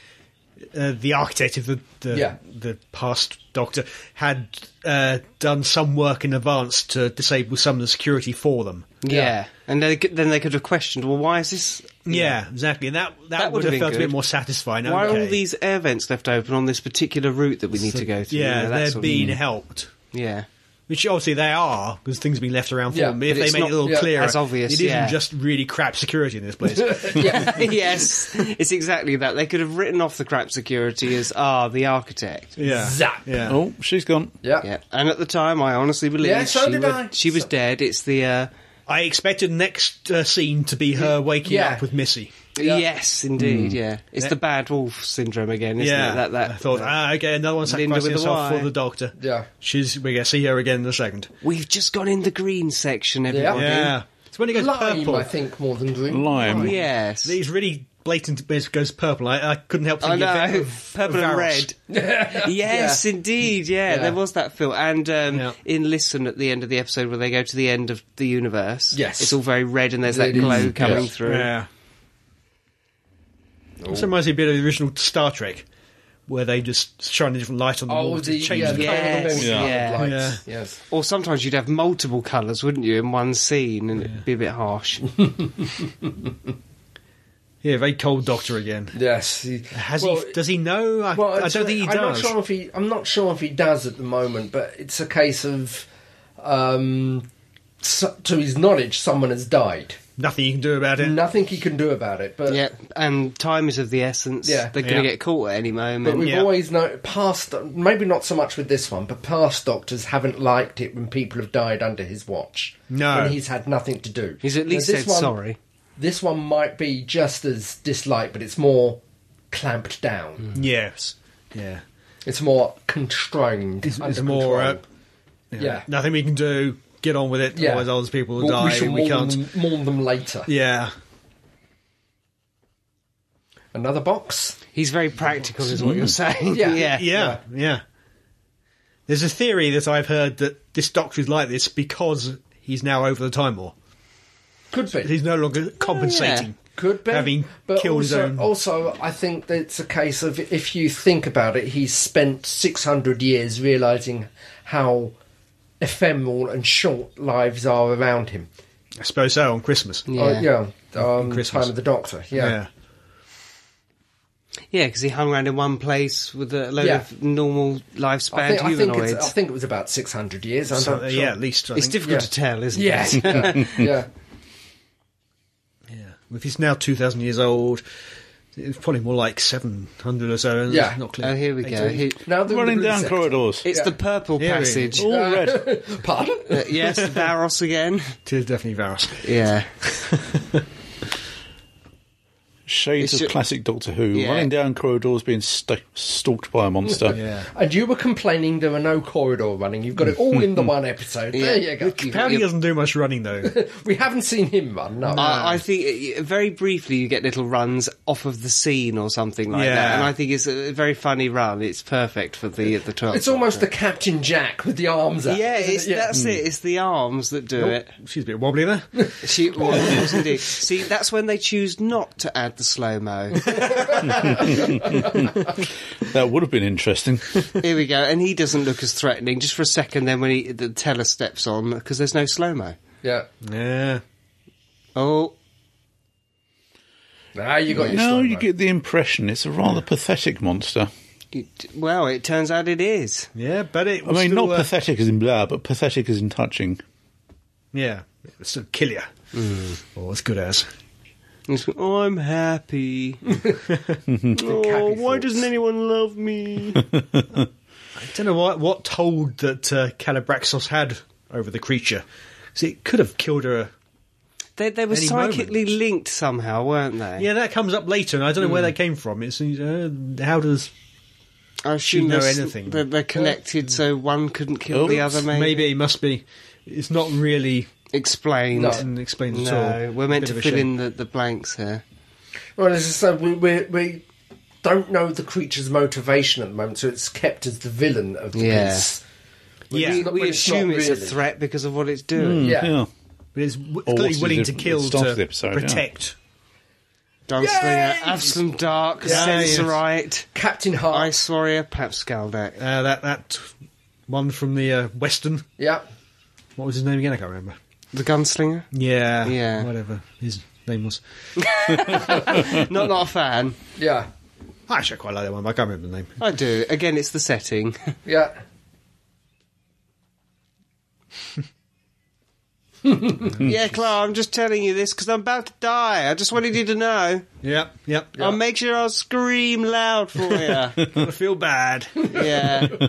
S3: uh, the architect of the the,
S5: Yeah.
S3: the past Doctor had uh, done some work in advance to disable some of the security for them.
S2: Yeah. And they, could- then they could have questioned, well, why is this?
S3: Yeah, exactly. And that that,
S2: That
S3: would
S2: would have been
S3: have felt a
S2: good.
S3: bit more satisfying.
S2: Why are
S3: okay.
S2: all these air vents left open on this particular route that we need to go through?
S3: Yeah,
S2: You know, that
S3: they're
S2: sort of-
S3: being helped.
S2: Yeah.
S3: Which obviously they are, because things have been left around for
S5: Yeah,
S3: them. If
S2: but
S3: they
S2: it's
S3: made it
S2: not
S3: a little
S5: yeah,
S3: clearer,
S2: as obvious,
S3: it isn't
S2: yeah.
S3: just really crap security in this place.
S5: Yeah.
S2: yes, it's exactly that. They could have written off the crap security as ah the architect.
S3: yeah,
S5: Zap.
S3: Yeah,
S1: Oh, she's gone.
S5: yeah.
S2: Yeah, and at the time, I honestly believed
S5: Yeah, so
S2: she,
S5: did
S2: wa-
S5: I.
S2: she was
S5: So-
S2: dead. It's the uh,
S3: I expected next uh, scene to be her waking
S5: Yeah.
S3: up with Missy.
S5: Yeah.
S2: yes, indeed, yeah. It's the bad wolf syndrome again, isn't
S3: Mm. yeah,
S2: it? That that
S3: I thought, ah, okay, another one
S2: Linda with
S3: sacrificing
S2: the
S3: herself
S2: Y.
S3: for the Doctor.
S5: Yeah.
S3: she's we're gonna see her again in a second.
S2: we've just gone in the green section, everybody.
S3: Yeah, it's when it goes
S5: Lime,
S3: purple.
S5: I think, more than green.
S1: Lime.
S2: Oh,
S5: Lime.
S2: Yes,
S3: He's really blatant. It goes purple. I, I couldn't help
S2: I
S3: thinking of that-
S2: know.
S3: of-
S2: Purple
S3: of
S2: and
S3: Varus.
S2: red. yes, indeed. Yeah,
S5: Yeah.
S2: there was that feel. And um,
S3: Yeah.
S2: in Listen at the end of the episode where they go to the end of the universe,
S5: Yes.
S2: it's all very red and there's that
S5: It is,
S2: glow coming
S5: yes.
S2: through.
S3: Yeah. Also reminds me a bit of the original Star Trek, where they just shine a different light on the
S5: Oh,
S3: walls
S5: the,
S3: to change
S5: yeah,
S3: the
S5: the
S3: colour.
S5: colour of the
S2: Yes,
S5: wall,
S2: yeah.
S5: colour of
S3: Yeah.
S5: lights. Yes.
S2: Or sometimes you'd have multiple colours, wouldn't you, in one scene, and it'd be a bit harsh.
S3: Yeah, very cold Doctor again.
S5: Yes. he-
S3: Has
S5: well,
S3: he? Does he know? I,
S5: well,
S3: I don't think
S5: actually,
S3: he
S5: I'm
S3: does.
S5: Not sure if he, I'm not sure if he does at the moment, but it's a case of, um, so, to his knowledge, someone has died.
S3: Nothing you can do about it.
S5: Nothing he can do about it. But
S2: yeah, and time is of the essence.
S5: Yeah.
S2: They're going to
S3: Yeah.
S2: get caught at any
S5: But
S2: moment.
S5: we've
S3: Yeah.
S5: always known past, maybe not so much with this one, but past doctors haven't liked it when people have died under his watch.
S3: No.
S5: when he's had nothing to do.
S2: He's at
S5: Now,
S2: least
S5: this
S2: said
S5: one-
S2: sorry.
S5: This one might be just as disliked, but it's more clamped down.
S2: Mm.
S3: Yes. Yeah.
S5: It's more constrained.
S3: It's, it's
S5: under
S3: more. Uh,
S5: control.
S3: yeah.
S5: Yeah.
S3: Nothing we can do. Get on with it.
S5: Yeah.
S3: Otherwise, other people will
S5: Well,
S3: die.
S5: We shall
S3: and we
S5: mourn
S3: can't.
S5: them, mourn them later.
S3: Yeah.
S5: Another box.
S2: He's very practical, is what you're saying.
S5: Mm. Yeah.
S2: yeah.
S3: Yeah. Yeah. There's a theory that I've heard that this Doctor is like this because he's now over the time war.
S5: Could be.
S3: He's no longer compensating.
S5: Could be.
S3: having
S5: but
S3: killed
S5: also,
S3: his own-
S5: also, I think that it's a case of if you think about it, he's spent 600 years realizing how ephemeral and short lives are around him. Oh,
S3: I suppose so. On Christmas.
S5: Yeah. Uh, yeah. Um,
S3: Christmas.
S5: time of the Doctor. Yeah.
S3: Yeah.
S2: Yeah, because he hung around in one place with a load
S5: Yeah.
S2: of normal lifespan
S5: I think, I, think
S2: humanoids.
S5: it's, I think it was about 600 years. I'm
S3: So,
S5: not sure.
S3: Yeah, at least I
S2: it's
S3: think.
S2: difficult
S5: yeah.
S2: to tell, isn't
S5: Yeah,
S2: it?
S5: yeah, yeah.
S3: Yeah. If he's now 2,000 years old, it's probably more like 700 or so. and
S5: Yeah.
S3: it's Not clear.
S2: Oh, here we go.
S3: Eighteen.
S2: He-
S5: Now the
S1: Running
S5: rule
S1: down
S5: set.
S1: corridors.
S2: it's
S5: Yeah.
S2: the purple
S3: Here he is.
S2: passage.
S1: all red.
S5: Pardon?
S2: Uh, yes, Varos again.
S3: Tis definitely Varus.
S2: Yeah.
S1: Shades
S2: It's
S1: of
S2: ju-
S1: classic Doctor Who.
S2: Yeah.
S1: Running down corridors, being sta stalked by a monster.
S3: Yeah.
S5: And you were complaining there were no corridor running. You've got it all in the one episode. There
S2: Yeah.
S5: you go.
S3: Apparently doesn't do much running, though.
S5: We haven't seen him run. No.
S2: I, I think uh, very briefly you get little runs off of the scene or something like
S3: Yeah.
S2: that, and I think it's a very funny run. It's perfect for the the twelve.
S5: it's almost the Captain Jack with the arms out.
S2: yeah,
S5: isn't it?
S2: it's, that's it. It's the arms that do it.
S3: She's a bit wobbly there.
S2: She well, of course indeed. See, that's when they choose not to add the slow mo.
S1: That would have been interesting.
S2: Here we go, and he doesn't look as threatening just for a second. Then when he, the teller steps on, because there's no slow mo.
S5: Yeah.
S3: Yeah.
S2: Oh,
S5: Now Ah, you got your
S1: no,
S5: story,
S1: you
S5: mate.
S1: get the impression it's a rather pathetic monster.
S2: it- well, it turns out it is.
S3: Yeah, but it
S1: I
S3: was
S1: mean,
S3: still,
S1: not
S3: uh,
S1: pathetic as in blah, but pathetic as in touching.
S3: Yeah. It was still kill you.
S1: Hmm.
S3: Or as good as.
S2: He's, "Oh, I'm happy. oh,
S5: Happy
S2: why
S5: thoughts.
S2: doesn't anyone love me?
S3: I don't know what, what told that uh, Calabraxos had over the creature. See, it could have killed her.
S2: They, they were
S3: Any
S2: psychically
S3: moment.
S2: linked somehow, weren't they?
S3: Yeah, that comes up later, and I don't know where
S1: Hmm.
S3: that came from. It's uh, how does
S2: I
S3: She'd
S2: assume
S3: know
S2: they're, s-
S3: anything.
S2: They're, they're connected, so one couldn't kill the
S1: Oops,
S2: other. Maybe,
S3: maybe it must be? It's not really
S2: explained.
S5: No.
S3: been explained at all.
S2: No, we're meant
S3: Bit
S2: to
S3: of a
S2: fill
S3: shame.
S2: in the, the blanks here.
S5: Well, as I said, we, we, we don't know the creature's motivation at the moment, so it's kept as the villain of the
S2: Yeah.
S5: piece.
S3: Yeah.
S2: we
S5: not-
S2: we
S5: when it's
S2: assume
S5: not
S2: it's
S5: really.
S2: a threat because of what it's
S3: Hmm.
S2: doing.
S5: Yeah.
S3: But it's w-
S1: Or
S3: clearly
S1: what's Oh,
S3: willing
S1: the
S3: to
S1: diff-
S3: kill
S1: start
S3: to
S1: of the episode, yeah.
S3: protect.
S2: Gunslinger, Absalom Dark,
S3: Yeah, yes.
S2: Sensorite,
S5: Captain Hart.
S2: Ice Warrior, Papskaldak.
S3: Uh, that that one from the uh, Western.
S5: Yeah.
S3: What was his name again? I can't remember.
S2: The Gunslinger?
S3: Yeah,
S2: Yeah.
S3: whatever his name was.
S2: not, not a fan.
S5: Yeah.
S3: Actually, I quite like that one. But I can't remember the name.
S2: I do. Again, it's the setting.
S5: Yeah.
S3: Hmm.
S2: yeah, Clara, I'm just telling you this because I'm about to die. I just wanted you to know.
S3: Yeah, yep.
S2: I'll make sure I'll scream loud for you.
S3: I feel bad. A
S2: yeah.
S3: little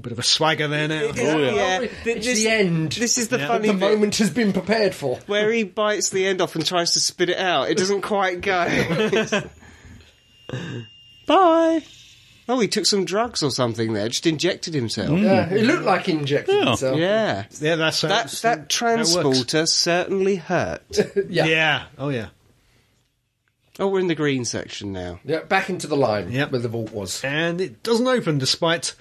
S3: bit of a swagger there now.
S1: Oh, yeah.
S2: Th-
S5: It's the end.
S2: This is the
S3: Yeah.
S2: funny
S5: the
S2: bit
S5: moment has been prepared for.
S2: where he bites the end off and tries to spit it out. It doesn't quite go. Bye. Oh, he took some drugs or something there. Just injected himself.
S3: Mm.
S5: Yeah. It looked like he injected
S1: Hmm. Yeah.
S5: himself.
S2: Yeah.
S3: Yeah, that's
S2: That that transporter certainly hurt.
S5: Yeah.
S3: Yeah.
S5: yeah.
S3: Oh yeah.
S2: Oh, we're in the green section now.
S5: Back into the line
S3: Yep.
S5: where the vault was.
S3: And it doesn't open despite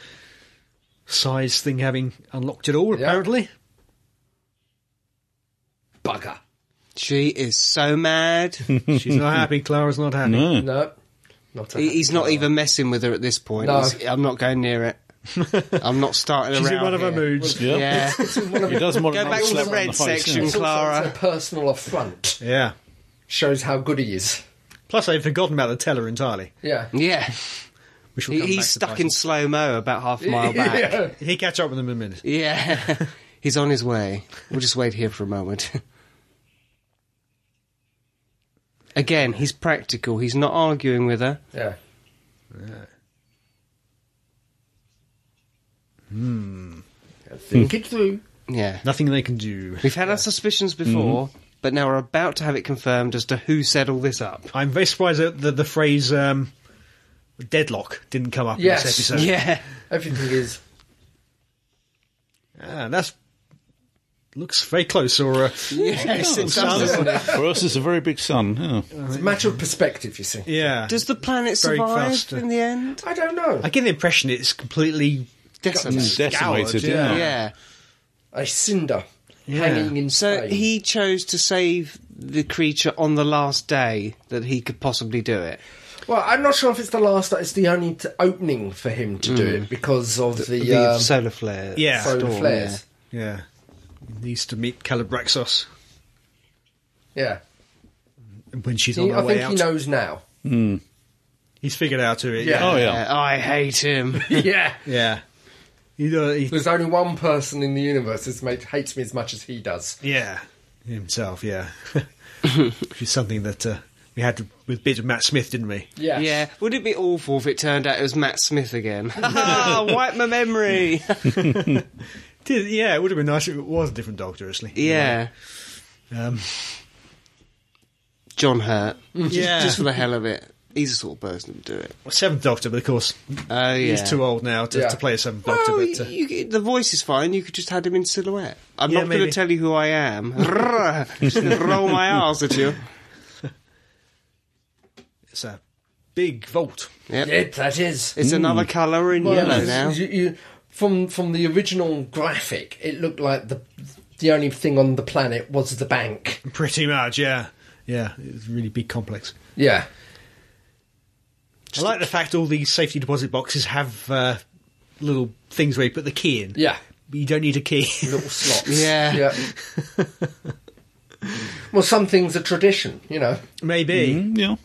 S3: size thing having unlocked it all.
S5: Yeah.
S3: Apparently.
S5: Bugger.
S2: She is so mad.
S3: She's not happy. Clara's not happy.
S1: Hmm.
S5: No. Not a
S2: He- He's not even messing with her at this point.
S5: No.
S2: He's- I'm not going near it. I'm not starting
S3: She's
S2: around.
S3: in one of her
S2: here.
S3: moods.
S1: Yeah.
S2: Yeah.
S1: He doesn't want
S2: Go
S1: to
S2: back
S1: knock
S2: to the
S1: slap on
S2: red
S1: face,
S2: section,
S1: yeah.
S5: It's also
S2: Clara.
S5: a personal affront.
S3: Yeah.
S5: Shows how good he is.
S3: Plus, they've forgotten about the teller entirely.
S5: Yeah.
S2: Yeah.
S3: Which will
S2: He-
S3: come back
S2: he's
S3: to
S2: stuck
S3: bite
S2: in
S3: us.
S2: slow mo about half a mile back.
S5: yeah.
S3: He catch up with them in a minute.
S2: Yeah. He's on his way. We'll just wait here for a moment. Again, he's practical. He's not arguing with her.
S5: Yeah. Hmm. Think it through.
S2: Yeah.
S3: Nothing they can do.
S2: We've had our suspicions before, but now we're about to have it confirmed as to who set all this up.
S3: I'm very surprised that the, the phrase um, deadlock didn't come up
S5: Yes.
S3: in this episode.
S2: Yeah.
S5: Everything is.
S3: Ah, that's looks very close. Or uh,
S2: Yes, it
S3: sounds-
S2: does. doesn't it?
S1: For us, it's a very big sun. Yeah.
S5: It's a matter of perspective, you see.
S3: yeah,
S2: Does the planet
S3: Very
S2: survive
S3: fast, uh,
S2: in the end?
S5: I don't know.
S3: I get the impression it's completely
S1: It's
S2: Decimated.
S1: Mm, decimated.
S3: Scoured, yeah.
S1: yeah.
S2: Yeah.
S5: A cinder
S3: Yeah.
S5: hanging in
S2: So
S5: space.
S2: he chose to save the creature on the last day that he could possibly do it.
S5: Well, I'm not sure if it's the last. It's the only t- opening for him to do it because of the,
S2: The
S5: um,
S2: solar flare.
S3: Yeah.
S5: solar
S2: storm,
S5: flares.
S3: yeah. He needs to meet Calabraxos
S5: Yeah,
S3: when she's
S5: He-
S3: on her
S5: I
S3: way
S5: think
S3: out.
S5: he knows now.
S3: He's figured out who it.
S5: Yeah.
S1: Mm. Oh, yeah.
S2: Uh, I hate him.
S5: yeah.
S3: yeah. He, do- he-
S5: There's only one person in the universe that mate hates me as much as he does.
S3: yeah, himself. Yeah, which is something that uh, we had to, with bit of Matt Smith, didn't we?
S5: Yes.
S2: Yeah. Would it be awful if it turned out it was Matt Smith again? Ah, Wipe my memory.
S3: Did, yeah, it would have been nice if it was a different Doctor, actually.
S2: Yeah.
S3: Um,
S2: John Hurt. Just,
S3: Yeah.
S2: just for the hell of it. He's the sort of person to do it.
S3: well, Seventh Doctor, but of course
S2: Oh, yeah.
S3: he's too old now to,
S5: Yeah.
S3: to play a Seventh
S2: Well,
S3: Doctor. But uh,
S2: you, you- the voice is fine. You could just had him in silhouette. I'm
S3: Yeah,
S2: not going to
S3: maybe.
S2: tell you who I am. just gonna roll my arse at you.
S3: it's a big vault.
S2: Yep.
S5: Yeah, that is.
S3: Mm.
S2: It's another colour in
S5: Well,
S2: yellow
S5: it's-
S2: now.
S5: you- you- from from the original graphic, it looked like the the only thing on the planet was the bank.
S3: Pretty much, yeah, yeah. It's a really big complex.
S5: Yeah.
S3: I like the fact all these safety deposit boxes have uh, little things where you put the key in.
S5: Yeah.
S3: You don't need a key.
S5: Little slots.
S2: Yeah.
S5: well, some things are tradition, you know,
S3: Maybe.
S1: Mm, yeah.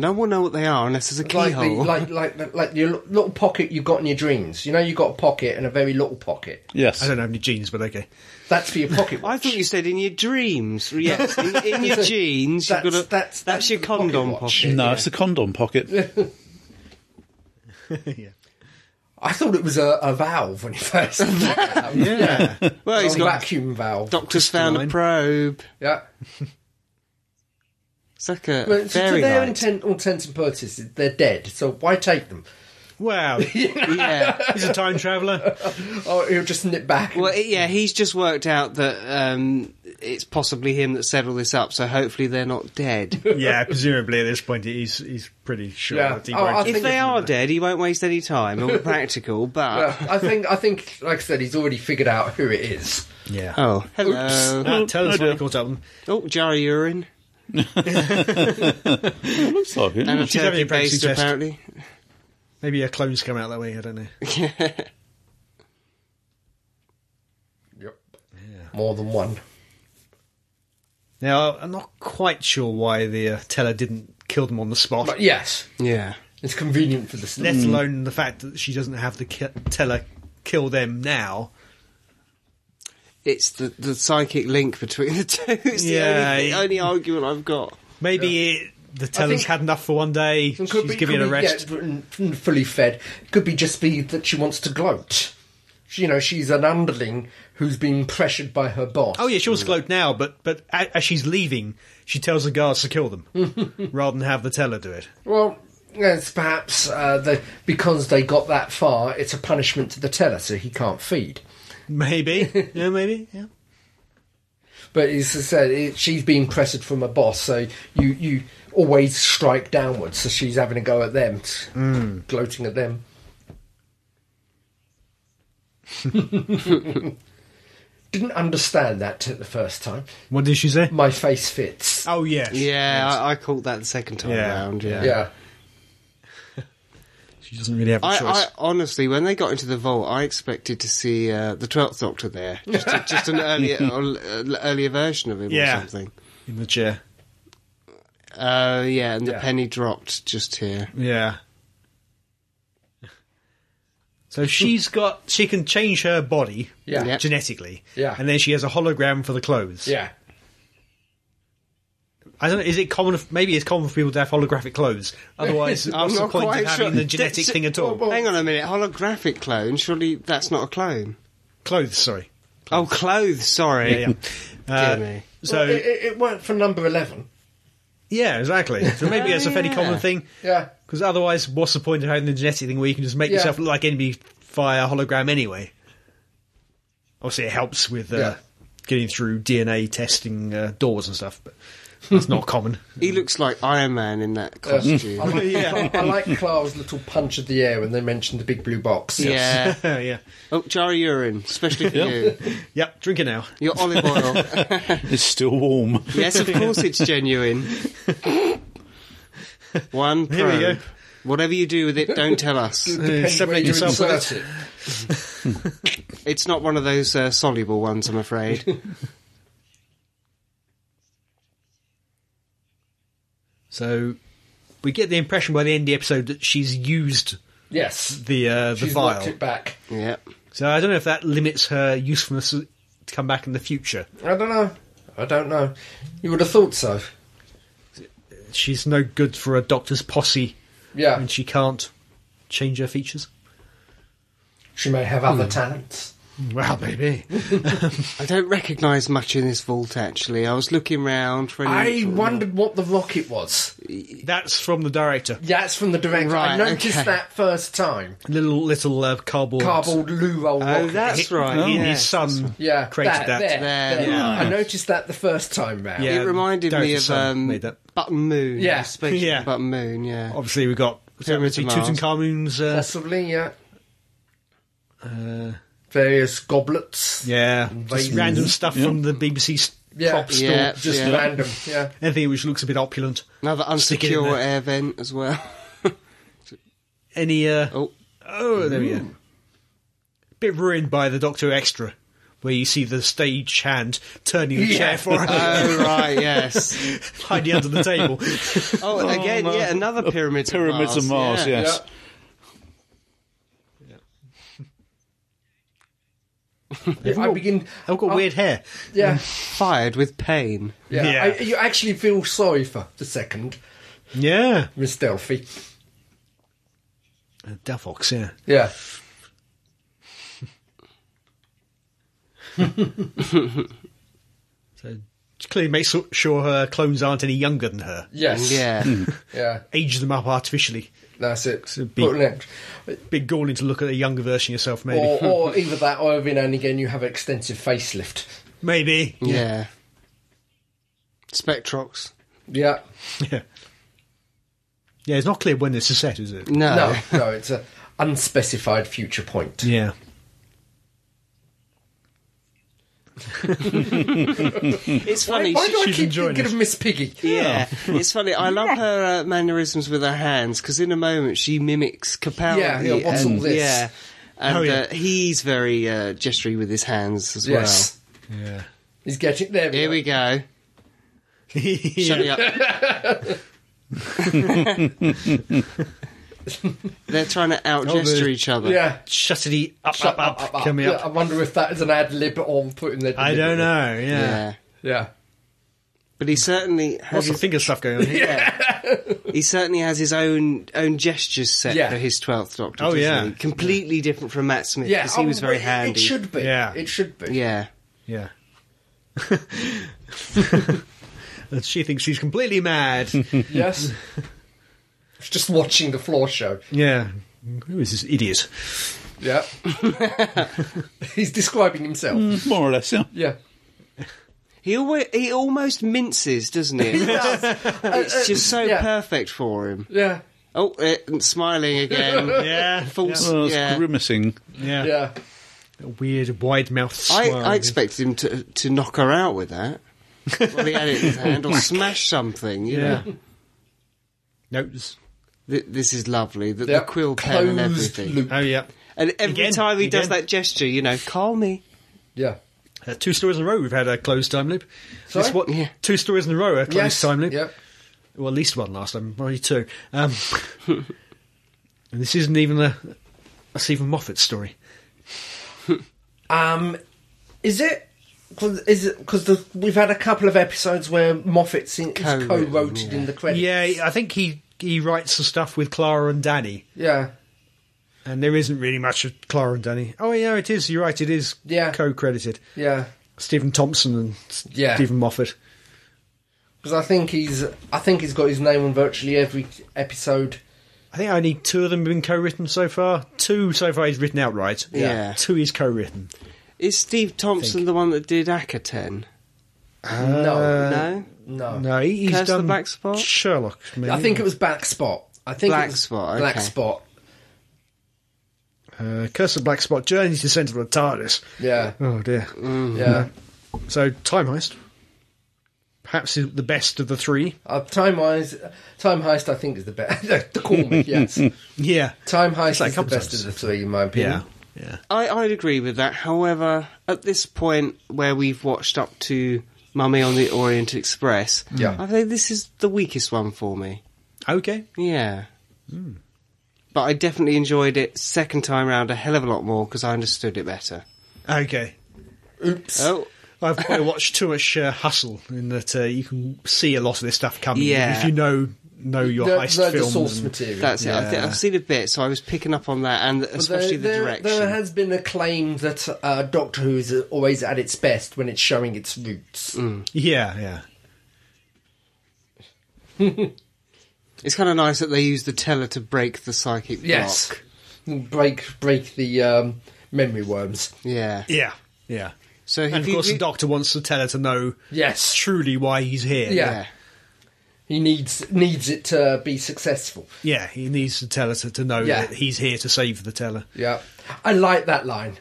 S2: No one know what they are unless there's a
S5: like the,
S2: keyhole.
S5: like like the, like your l- little pocket you got in your dreams. You know, you got a pocket and a very little pocket.
S1: Yes.
S3: I don't have any genes, but okay.
S5: That's for your pocket.
S2: I
S5: watch.
S2: thought you said in your dreams. Yes, in, in your jeans. You've got a,
S5: That's-
S2: that's,
S5: that's- that's
S2: your
S5: the pocket
S2: condom
S5: watch.
S2: pocket.
S1: No, it's the condom pocket.
S3: yeah.
S5: I thought it was a, a valve when you first. yeah.
S3: Yeah.
S2: Well, he's
S5: A
S2: got.
S5: vacuum valve.
S2: Doctor's found a
S3: Crystalline.
S2: probe.
S5: yeah.
S2: It's like a
S5: But so to
S2: fairy
S5: their
S2: light.
S5: intent, all intents and purposes, they're dead. So why take them?
S3: Wow. He's
S2: yeah.
S3: a time traveller.
S5: Oh, he'll just nip back.
S2: Well, it- yeah, he's just worked out that um, it's possibly him that set all this up, so hopefully they're not dead.
S3: Yeah, presumably at this point he's he's pretty sure
S5: Yeah.
S3: that he
S5: Oh, I
S3: won't.
S5: think-
S2: if they are dead, he won't waste any time. It'll be practical, but.
S5: Yeah, I think I think, like I said, he's already figured out who it is.
S3: yeah.
S2: Oh, hello.
S3: Ah, tell us
S1: No idea.
S3: what he caught up with.
S2: Oh, jar of urine.
S1: It looks like it.
S2: And a
S1: yeah.
S3: she's having
S2: turkey
S3: a pregnancy
S2: baster,
S3: test.
S2: apparently.
S3: Maybe a clone's come out that way, I don't know.
S5: Yep. More than one.
S3: Now, I'm not quite sure why the uh, teller didn't kill them on the spot,
S5: But yes,
S2: Yeah.
S5: it's convenient for the story.
S3: let alone the fact that she doesn't have the ki- teller kill them now.
S2: It's the, the psychic link between the two. It's the
S3: Yeah,
S2: only, the
S3: it-
S2: only argument I've got.
S3: Maybe it, the teller's
S5: think-
S3: had enough for one day,
S5: And
S3: she's
S5: could be-
S3: giving
S5: could
S3: it a
S5: be,
S3: rest.
S5: yeah, n- n- fully fed. Could be just be that she wants to gloat. She, you know, she's an underling who's being pressured by her boss.
S3: Oh yeah, she wants to gloat now, but but a- as she's leaving, she tells the guards to kill them rather than have the teller do it.
S5: Well, yes, perhaps uh, the, because they got that far, it's a punishment to the teller, so he can't feed.
S3: Maybe, yeah, maybe, yeah.
S5: But as I said, it, she's being pressured from a boss, so you you always strike downwards. So she's having a go at them, gloating at them. Didn't understand that t- the first time.
S3: What did she say?
S5: My face fits.
S3: Oh yes,
S2: Yeah, I, I caught that the second time
S3: Yeah,
S2: round. Yeah.
S5: Yeah,
S3: She doesn't really have a
S2: I,
S3: choice.
S2: I honestly, when they got into the vault, I expected to see uh, the Twelfth Doctor there, just, just an earlier, uh, earlier version of him
S3: Yeah.
S2: or something.
S3: In the chair.
S2: Uh, yeah, and the
S5: Yeah.
S2: penny dropped just here.
S3: Yeah. So she's got she can change her body
S5: Yeah.
S2: Yeah.
S3: genetically.
S5: Yeah.
S3: And then she has a hologram for the clothes.
S5: yeah.
S3: I don't know, is it common f- maybe it's common for people to have holographic clothes. Otherwise
S2: I'm
S3: what's the
S2: not
S3: point of
S2: quite
S3: having
S2: sure.
S3: the genetic thing at all?
S5: Well-
S2: Hang on a minute, holographic clone? Surely that's not a clone.
S3: Clothes, sorry.
S2: Oh, clothes. Sorry.
S3: Yeah, yeah. Uh,
S2: Dear me.
S3: so
S5: well, it, it it worked for number eleven.
S3: yeah, exactly. So maybe
S2: Oh,
S3: it's a fairly
S2: yeah.
S3: common thing.
S5: Yeah,
S3: Because otherwise, what's the point of having the genetic thing where you can just make
S5: Yeah.
S3: yourself look like anybody via hologram anyway? Obviously, it helps with uh,
S5: Yeah.
S3: getting through DNA testing uh, doors and stuff, but that's not common.
S2: He looks like Iron Man in that
S5: I
S2: costume.
S5: like,
S3: Yeah.
S5: I like Clar's little punch of the air when they mentioned the big blue box.
S2: yeah.
S3: yeah.
S2: Oh, jar of urine, especially for you.
S3: Yep, drink it now.
S2: Your olive oil.
S1: It's still warm.
S2: yes, of course it's genuine. One probe.
S3: Here we go.
S2: Whatever you do with it, don't tell us.
S5: Depends where
S3: Separate
S5: you
S3: yourself with
S5: insert it.
S2: It's not one of those uh, soluble ones, I'm afraid.
S3: So we get the impression by the end of the episode that she's used
S5: Yes.
S3: the uh, the
S5: She's knocked
S3: vial.
S5: it back.
S2: Yeah.
S3: So I don't know if that limits her usefulness to come back in the future.
S5: I don't know. I don't know. You would have thought so.
S3: She's no good for a doctor's posse,
S5: Yeah.
S3: and she can't change her features.
S5: She may have other talents.
S3: Well, maybe.
S2: I don't recognise much in this vault, actually. I was looking round for any...
S5: I wondered what the rocket was.
S3: That's from the director.
S5: Yeah, it's from the director. I
S2: Right,
S5: noticed
S2: okay.
S5: that first time.
S3: Little little uh, cardboard.
S5: Cardboard loo roll
S3: Oh,
S5: rocket.
S3: that's
S2: Hit-
S3: right.
S2: Oh.
S3: His
S2: Yes, that's
S3: son
S5: yeah,
S3: created that.
S5: There,
S2: There,
S5: there.
S2: yeah.
S5: I noticed that the first time round.
S3: Yeah.
S2: It reminded me
S3: Dorothy's
S2: of
S3: son
S2: um,
S3: made that.
S2: Button Moon.
S5: Yeah.
S2: Space
S3: Yeah.
S2: Button Moon, yeah.
S3: Obviously, we've got
S2: Pyramid of Mars.
S3: Tutankhamun's. Uh,
S5: Possibly, yeah.
S3: uh,
S5: Various goblets.
S3: yeah, just
S5: Vases.
S3: random stuff
S1: Yeah.
S3: from the BBC
S5: Yeah.
S3: prop store.
S2: Yeah.
S5: Just
S2: Yeah.
S5: random, yeah.
S3: Anything which looks a bit opulent.
S2: Another
S3: Stick it in
S2: unsecure
S3: there.
S2: air vent as well.
S3: Any? Uh,
S2: Oh,
S3: Oh, there we go. Bit ruined by the Doctor Extra, where you see the stage hand turning the
S5: Yeah.
S3: chair for her,
S2: oh right, yes.
S3: hiding under the table.
S2: Oh, again,
S1: no.
S2: yeah, another pyramid.
S1: Pyramids of Mars, yes.
S5: Yeah. I begin.
S3: I've got
S5: I-
S3: weird hair.
S5: Yeah,
S2: Fired with pain.
S5: yeah.
S3: Yeah.
S5: I, you actually feel sorry for the second
S3: Yeah,
S5: Miss Delphi.
S3: Uh, Delphox. Yeah,
S5: Yeah,
S3: so she clearly makes su- sure her clones aren't any younger than her.
S5: yes, Hmm,
S2: Yeah.
S5: yeah.
S3: Age them up artificially.
S5: That's it.
S3: So be-
S5: Put an extra-
S3: Bit galling to look at a younger version of yourself, maybe.
S5: or, or either that, or every now and again you have an extensive facelift.
S3: Maybe.
S2: yeah. Spectrox.
S5: Yeah,
S3: Yeah. Yeah, it's not clear when this is set, is it?
S2: No.
S5: no, no, it's a unspecified future point.
S3: Yeah.
S2: It's funny.
S5: Why
S2: she-
S5: do I
S3: she's
S5: keep
S3: enjoying
S5: thinking
S3: this.
S5: of Miss Piggy?
S2: yeah, it's funny. I love her uh, mannerisms with her hands because in a moment she mimics Capaldi.
S5: Yeah, yeah, what's all
S2: and,
S5: this?
S2: Yeah, and
S3: Oh, yeah.
S2: Uh, he's very uh, gestury with his hands as
S5: Yes,
S3: Yeah.
S5: he's getting there.
S2: well. Here we go. Shut me up. They're trying to out gesture
S3: the-
S2: each other.
S5: Oh, Yeah.
S3: Shut it up, up, up,
S5: Up, up, up.
S3: Coming
S5: Yeah,
S3: up.
S5: I wonder if that is an ad lib or put in there.
S3: I
S5: deliberately.
S3: don't know. Yeah.
S2: Yeah.
S5: Yeah.
S2: But he certainly has
S3: Lots of
S2: his,
S3: finger stuff going on here.
S2: he certainly has his own own gestures set
S5: Yeah.
S2: for his twelfth Doctor.
S3: Oh,
S2: doesn't
S3: yeah.
S2: he? completely different from Matt Smith
S5: Yeah,
S2: because he
S5: oh,
S2: was very
S5: it-
S2: handy.
S5: It should be.
S3: Yeah.
S5: It should be.
S2: Yeah,
S3: Yeah. And she thinks she's completely mad.
S5: Yes. It's just watching the floor show.
S3: yeah. Who is this idiot?
S5: Yeah. He's describing himself.
S2: Mm.
S1: Mm, More or less, yeah.
S5: Yeah.
S2: he always he almost minces, doesn't he? it's just so
S5: yeah.
S2: perfect for him.
S5: Yeah.
S2: Oh, uh, and smiling again.
S3: Yeah.
S2: False.
S1: Well, it's
S2: yeah.
S1: grimacing.
S3: Yeah.
S5: Yeah.
S3: That weird wide mouth
S2: I,
S3: smile.
S2: I expected him to to knock her out with that. well, he had it in his hand or smash something. You know.
S3: Yeah. Notes.
S2: Th- this is lovely. The,
S5: Yeah.
S2: the quill pen
S5: Closed
S2: and everything.
S5: loop.
S3: Oh, yeah.
S2: And every
S3: Again,
S2: time he does
S3: again.
S2: that gesture, you know, call me.
S5: Yeah.
S3: Uh, two stories in a row we've had a closed time loop.
S5: Sorry?
S3: This what?
S2: Yeah.
S3: Two stories in a row a closed
S5: Yes.
S3: time loop.
S5: Yeah.
S3: Well, at least one last time, probably two. Um, and this isn't even a, a Stephen Moffat story.
S5: Um, is it? Cause, is it because we've had a couple of episodes where Moffat's in, co
S2: Co-written,
S5: co-wrote it
S2: yeah.
S5: in the credits?
S3: Yeah, I think he he writes the stuff with Clara and Danny,
S5: yeah,
S3: and there isn't really much of Clara and Danny. Oh, yeah, it is. You're right. It is.
S5: Yeah.
S3: co-credited.
S5: yeah.
S3: Stephen Thompson and S-
S5: Yeah.
S3: Stephen Moffat.
S5: Because I think he's, I think he's got his name on virtually every episode.
S3: I think only two of them have been co-written so far. Two so far he's written outright.
S2: Yeah.
S3: Two is co-written.
S2: Is Steve Thompson the one that did Akaten?
S5: no,
S2: no?
S5: no,
S3: Uh, No, he, he's
S2: Curse the
S3: done
S2: Black Spot?
S3: Sherlock. Maybe.
S5: I think it was Black Spot. I think
S2: Black
S5: it was
S2: Spot,
S5: Black
S2: okay.
S5: Spot.
S3: uh, Curse of the Black Spot. Journey to the Centre of the TARDIS.
S5: Yeah,
S3: Oh dear.
S2: Hmm.
S5: yeah.
S3: So time heist, perhaps is the best of the three.
S5: Uh, time heist, time heist. I think is the best. the call me. Yes,
S3: Yeah,
S5: time heist
S3: It's like
S5: is the
S3: Compass
S5: best of the three in my opinion.
S3: yeah, yeah.
S2: I, I'd agree with that. However, at this point where we've watched up to Mummy on the Orient Express,
S5: Yeah.
S2: I think this is the weakest one for me.
S3: Okay.
S2: Yeah. But I definitely enjoyed it second time round a hell of a lot more because I understood it better.
S3: Okay.
S5: Oops.
S2: Oh,
S3: I've I watched too much uh, Hustle in that uh, you can see a lot of this stuff coming
S2: Yeah.
S3: if you know know your
S5: the,
S3: heist
S5: the, the
S3: films.
S5: source
S3: and-
S5: material.
S2: that's it. I think
S3: Yeah.
S2: I've seen a bit, so I was picking up on that, and
S5: But
S2: especially the
S5: there,
S2: direction.
S5: There has been a claim that uh, Doctor Who is always at its best when it's showing its roots.
S2: Mm.
S3: yeah, yeah.
S2: It's kind of nice that they use the teller to break the psychic
S5: Yes,
S2: block.
S5: break break the um, memory worms.
S2: Yeah.
S3: Yeah. Yeah.
S2: So
S3: And of
S2: you-
S3: course
S2: you-
S3: the doctor wants the teller to know
S5: Yes.
S3: truly why he's here.
S5: Yeah.
S2: yeah.
S5: He needs needs it to be successful.
S3: Yeah, he needs the teller to, to know
S5: Yeah.
S3: that he's here to save the teller.
S5: Yeah, I like that line.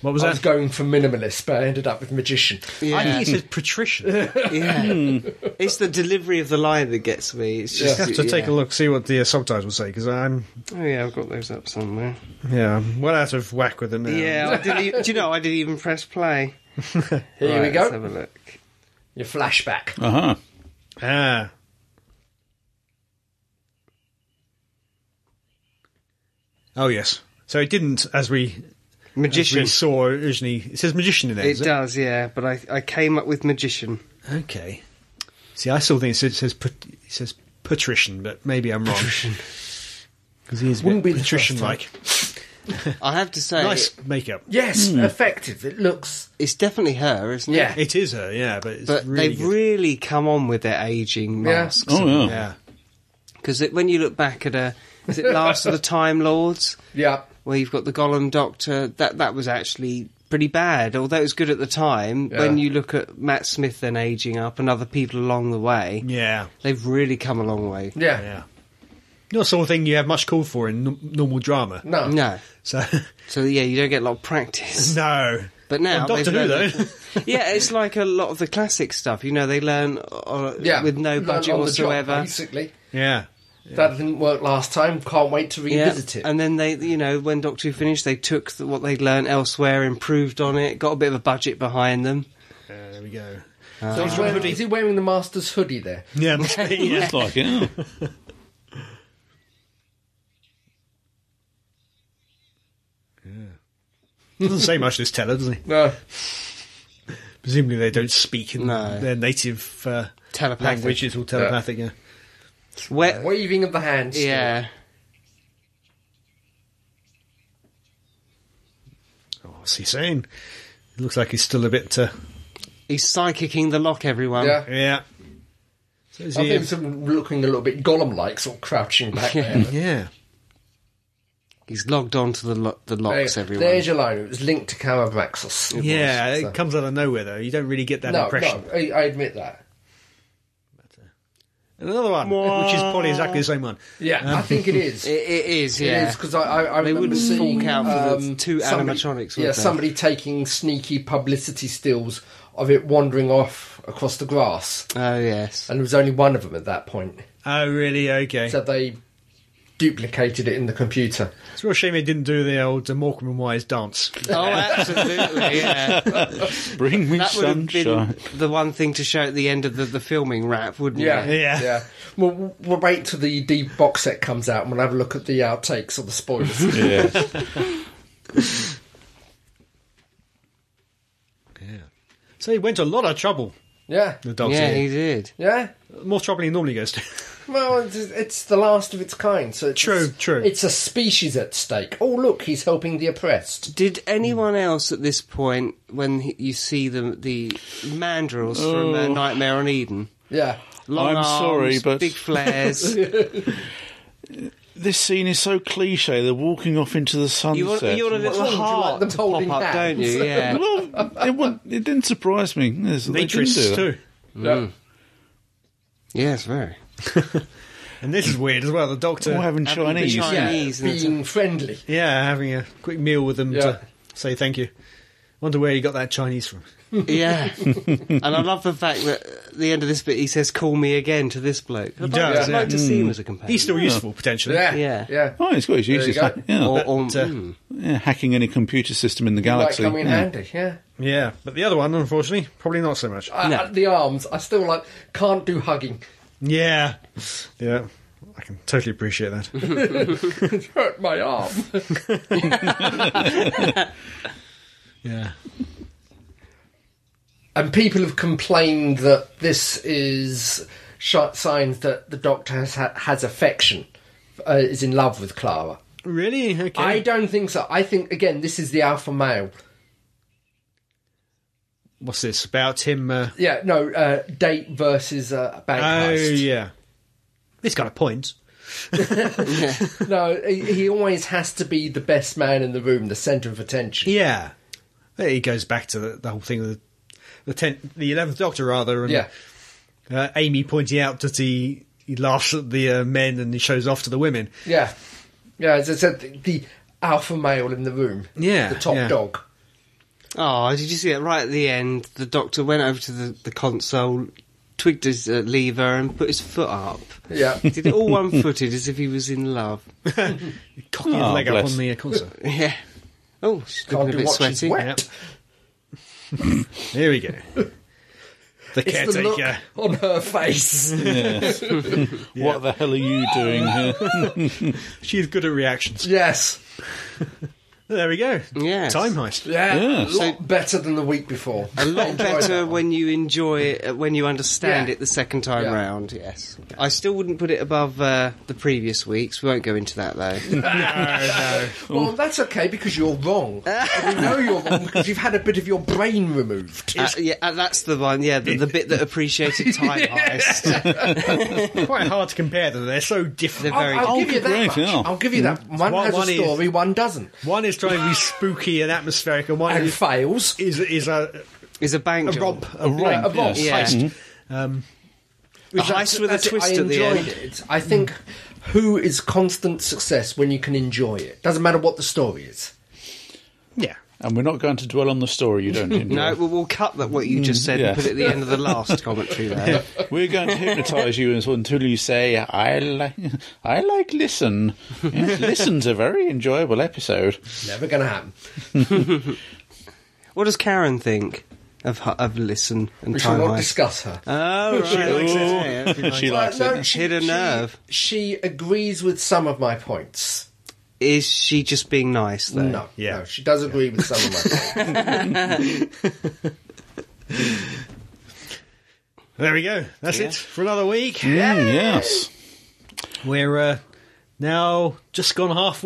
S3: What was
S5: I
S3: that?
S5: was going for minimalist, but I ended up with magician.
S3: I
S2: Yeah.
S3: think he said patrician.
S2: Yeah. it's the delivery of the line that gets me. It's
S3: You
S2: just
S3: have to take a
S2: yeah.
S3: look, see what the uh, subtitles say, because I'm
S2: Oh yeah, I've got those up somewhere.
S3: yeah, I'm well out of whack with them now.
S2: Yeah, I didn't. e- do you know I didn't even press play?
S5: Here
S2: Right,
S5: we go.
S2: Let's have a look.
S5: Your flashback.
S1: Uh huh.
S3: Ah. Oh yes. So it didn't, as we as
S2: Magician.
S3: we saw originally. It says magician in there.
S2: It
S3: does it?
S2: does, yeah. But I, I came up with magician.
S3: Okay. See, I still think it says, says pat- it says patrician, but maybe I'm wrong. Because he is a
S5: Wouldn't be
S3: bit
S5: the first time.
S3: patrician-like.
S2: I have to say,
S3: Nice makeup.
S5: Yes,
S2: Hmm.
S5: effective. It looks.
S2: it's definitely her, isn't
S5: Yeah.
S2: it?
S3: It is her, yeah, but it's
S2: But
S3: really
S2: they've
S3: good.
S2: really come on with their aging
S5: Yeah.
S2: masks.
S1: Oh yeah.
S3: yeah.
S2: Because when you look back at a, is it Last of the Time Lords,
S5: Yeah.
S2: where you've got the Gollum Doctor? That that was actually pretty bad, although it was good at the time.
S5: Yeah.
S2: When you look at Matt Smith then aging up and other people along the way,
S3: Yeah.
S2: they've really come a long way.
S5: Yeah.
S3: Yeah. Not sort of thing you have much call for in n- normal drama.
S5: No.
S2: No,
S3: So,
S2: so yeah, you don't get a lot of practice.
S3: no.
S2: But now
S3: On Doctor Who,
S2: they've learned-
S3: though.
S2: yeah, it's like a lot of the classic stuff. You know, they learn uh,
S5: Yeah.
S2: with no
S5: Learn
S2: budget
S5: on the job,
S2: whatsoever.
S5: basically,
S3: yeah.
S5: that didn't work last time. Can't wait to
S2: Yeah,
S5: revisit it.
S2: and then they, you know, when Doctor Who finished, they took th what they'd learned elsewhere, improved on it, got a bit of a budget behind them.
S3: Uh, there we go.
S5: so he's wearing, is he wearing the master's hoodie there?
S3: Yeah, must be, yeah.
S1: It's like it. yeah.
S3: Doesn't say much, this teller, does he?
S5: No.
S3: Presumably they don't speak in
S2: No.
S3: their native uh,
S2: Telepathic.
S3: language. It's all telepathic, yeah.
S2: Where,
S5: Waving of the hand. still.
S2: yeah,
S3: Oh, what's he saying? It looks like he's still a bit. Uh,
S2: he's psychicking the lock, everyone.
S5: Yeah.
S3: yeah. So is
S5: I
S3: he,
S5: think it's looking a little bit Gollum-like, sort of crouching back there.
S3: yeah.
S2: He's logged on to the, lo- the locks,
S5: There-
S2: everyone.
S5: There's your line. It was linked to Camerabraxus.
S3: Yeah,
S5: So-
S3: it comes out of nowhere, though. You don't really get that
S5: no,
S3: impression.
S5: no, I, I admit that.
S3: And Another one, which is probably exactly the same one.
S5: Yeah, I think it is.
S2: It, it is,
S5: It
S2: yeah.
S5: is because I, I, I
S2: They
S5: remember
S2: wouldn't
S5: seeing,
S2: fork out for the
S5: um,
S2: two
S5: somebody-
S2: animatronics, would they?
S5: Yeah, somebody taking sneaky publicity stills of it wandering off across the grass,
S2: Oh yes,
S5: and there was only one of them at that point.
S3: Oh, really? Okay.
S5: So they duplicated it in the computer.
S3: it's a real shame he didn't do the old uh, Morecambe and Wise dance.
S2: oh absolutely, yeah.
S1: Bring me
S2: That would have
S1: sunshine.
S2: been the one thing to show at the end of the, the filming wrap, wouldn't
S5: Yeah,
S2: it?
S3: Yeah.
S5: yeah. We'll, we'll- we'll wait till the, the box set comes out, and we'll have a look at the outtakes or the spoilers.
S1: Yeah.
S3: So he went to a lot of trouble,
S5: yeah,
S3: the dog.
S2: yeah,
S3: Yeah,
S2: he did.
S5: yeah.
S3: More trouble than he normally goes to.
S5: Well, it's, it's the last of its kind, so it's
S3: True, true.
S5: It's a species at stake. Oh, look, he's helping the oppressed.
S2: Did anyone else at this point, when he- you see the the mandrels from uh,
S1: Oh.
S2: Nightmare on Eden,
S5: Yeah,
S2: long
S1: I'm
S2: arms,
S1: sorry, but-
S2: big flares,
S1: this scene is so cliche. They're walking off into the sunset.
S2: you want you want a little
S5: Would you like
S2: heart
S5: them
S2: to pop
S5: holding
S2: up, don't
S5: hands?
S2: you? Yeah.
S1: well, it, wa- it didn't surprise me. Yes, they didn't do
S3: Matrists,
S1: that.
S3: too.
S5: Mm.
S2: yes, very.
S3: And this is weird as well. The doctor.
S1: All having
S2: Having the
S1: Chinese.
S2: Chinese.
S5: yeah.
S2: Knees and
S5: being friendly.
S3: yeah, having a quick meal with them to say thank you. Wonder where he got that Chinese from.
S2: Yeah, and I love the fact that at the end of this bit he says, "Call me again" to this bloke. I'd like,
S3: does,
S2: I'd like
S3: yeah.
S2: to see him as a companion.
S3: He's still useful, potentially.
S5: Yeah,
S2: Yeah.
S5: yeah.
S1: Oh, it's got his uses.
S5: you go.
S1: Yeah.
S2: or, or
S3: But, uh,
S2: mm.
S1: yeah, hacking any computer system in the
S5: Might
S1: galaxy.
S5: come in
S1: Yeah.
S3: Mm.
S5: handy. Yeah,
S3: Yeah, but the other one, unfortunately, probably not so much.
S5: I,
S2: No.
S5: I- the arms. I still like can't do hugging.
S3: Yeah, yeah. I can totally appreciate that.
S5: It hurt my arm.
S3: yeah.
S5: And people have complained that this is sh- signs that the Doctor has ha- has affection, uh, is in love with Clara.
S3: Really? Okay.
S5: I don't think so. I think again, this is the alpha male.
S3: What's this about him? Uh,
S5: Yeah, no, uh, date versus uh, bank
S3: oh
S5: heist.
S3: yeah, he's got a point.
S5: No, he, he always has to be the best man in the room, the centre of attention.
S3: Yeah, it goes back to the, the whole thing of the the tenth, the eleventh Doctor rather, and
S5: Yeah.
S3: uh, Amy pointing out that he he laughs at the uh, men and he shows off to the women.
S5: Yeah, yeah. As I said, the, the alpha male in the room.
S3: Yeah,
S5: the top
S3: yeah.
S5: dog.
S2: Oh, did you see that right at the end? The doctor went over to the, the console, twigged his uh, lever, and put his foot up.
S5: Yeah.
S2: Did it all one footed as if he was in love.
S3: Cocking his
S1: Oh,
S3: leg up
S1: bless.
S3: on the uh, console.
S2: Yeah. Oh, she's looking
S5: Can't
S2: a
S5: be
S2: bit
S5: watching
S2: sweaty.
S5: wet.
S3: Yep. Here we go. The
S5: It's the
S3: caretaker.
S5: look on her face.
S1: What the hell are you doing here?
S3: She's good at reactions.
S5: yes.
S3: There we go.
S2: Yes.
S3: Time heist.
S5: Yeah.
S1: Yeah.
S5: A lot better than the week before.
S2: A lot better when you enjoy it, uh, when you understand
S5: Yeah.
S2: it the second time
S5: Yeah.
S2: round, yes. I still wouldn't put it above uh, the previous weeks. We won't go into that, though.
S5: Well, that's okay because you're wrong.
S2: Uh.
S5: we know you're wrong because you've had a bit of your brain removed.
S2: uh, yeah, uh, that's the one, yeah, the, the bit that appreciated Time Heist.
S3: Quite hard to compare them. They're so different.
S2: They're very
S5: I'll, I'll give you that
S1: great,
S5: much.
S1: yeah.
S5: I'll give you that.
S2: Mm.
S5: One
S3: One-
S5: has
S3: one
S5: a
S3: is-
S5: story, one doesn't,
S3: One is trying to be spooky and atmospheric, and one
S5: and
S3: is
S5: fails.
S3: is, is a,
S2: Is a bank
S3: a
S2: job.
S3: romp, a romp,
S5: Yeah, a romp.
S2: Yeah. Mm-hmm.
S3: heist. Um,
S2: A heist with a
S5: That's it,
S2: twist
S5: I
S2: at the
S5: enjoyed
S2: end. Mm.
S5: it. I think who is constant success when you can enjoy it? Doesn't matter what the story is.
S3: yeah.
S1: And we're not going to dwell on the story you don't enjoy.
S2: No, we'll, we'll cut that what you just said
S1: yeah.
S2: and put it at the end of the last commentary there.
S1: We're going to hypnotise you until- until you say, I, li- I like Listen. Yes, Listen's a very enjoyable episode.
S5: Never going to happen.
S2: What does Karen think of hu- of listen and
S5: We shall
S2: time
S5: not
S2: heist?
S5: discuss her.
S2: Oh, right.
S1: she
S5: Well,
S1: likes
S5: no,
S1: it.
S5: she-
S2: Hit a
S5: she-
S2: nerve.
S5: She agrees with some of my points.
S2: Is she just being nice though?
S5: No,
S3: Yeah.
S5: no, she does agree with some of my points.
S3: There we go. That's it for another week.
S1: Mm, yes.
S3: We're uh, now just gone half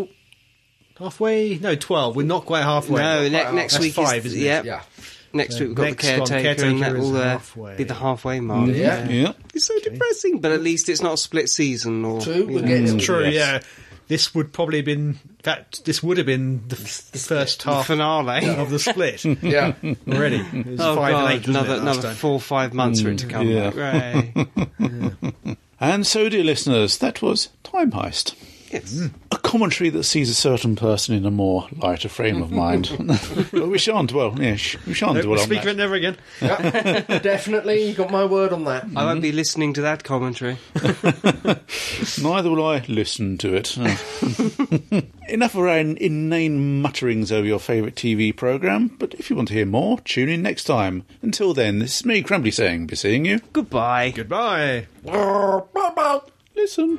S3: halfway. No, twelve. We're not quite halfway.
S2: No, ne-
S5: half.
S2: next
S3: That's
S2: week
S3: five,
S2: is
S3: isn't it?
S2: yeah.
S5: Yeah.
S2: Next
S3: So
S2: week we've got the
S3: next one,
S2: caretaker, and that
S3: Caretaker is
S2: will uh,
S3: halfway.
S2: be the halfway mark.
S5: Yeah.
S1: Yeah.
S2: It's so depressing, but at least it's not a split season or
S5: True,
S2: you
S5: we're
S2: know.
S5: getting
S3: True.
S1: Yes.
S3: Yeah, this would probably have been that. This would have been the f- first
S2: the
S3: half
S2: finale.
S3: of the split
S5: Yeah.
S3: already. It was
S2: Oh
S3: five and
S2: god,
S3: eight, wasn't
S2: another
S3: it, last
S2: another
S3: time? Mm.
S2: four or five months for it to come
S1: yeah.
S2: back. Right.
S1: And so, dear listeners, that was Time Heist.
S2: yes.
S1: A commentary that sees a certain person in a more lighter frame of mind. but we shan't dwell. Yeah, sh- we shan't
S3: Nope,
S1: dwell on
S3: speak of
S1: that.
S3: it never again.
S5: Definitely, you got my word on that.
S2: I won't be listening to that commentary.
S1: Neither will I listen to it. No. Enough of our inane mutterings over your favourite TV programme, but if you want to hear more, tune in next time. Until then, this is me, Crumbly, saying, be seeing you.
S2: Goodbye.
S3: Goodbye.
S1: Listen.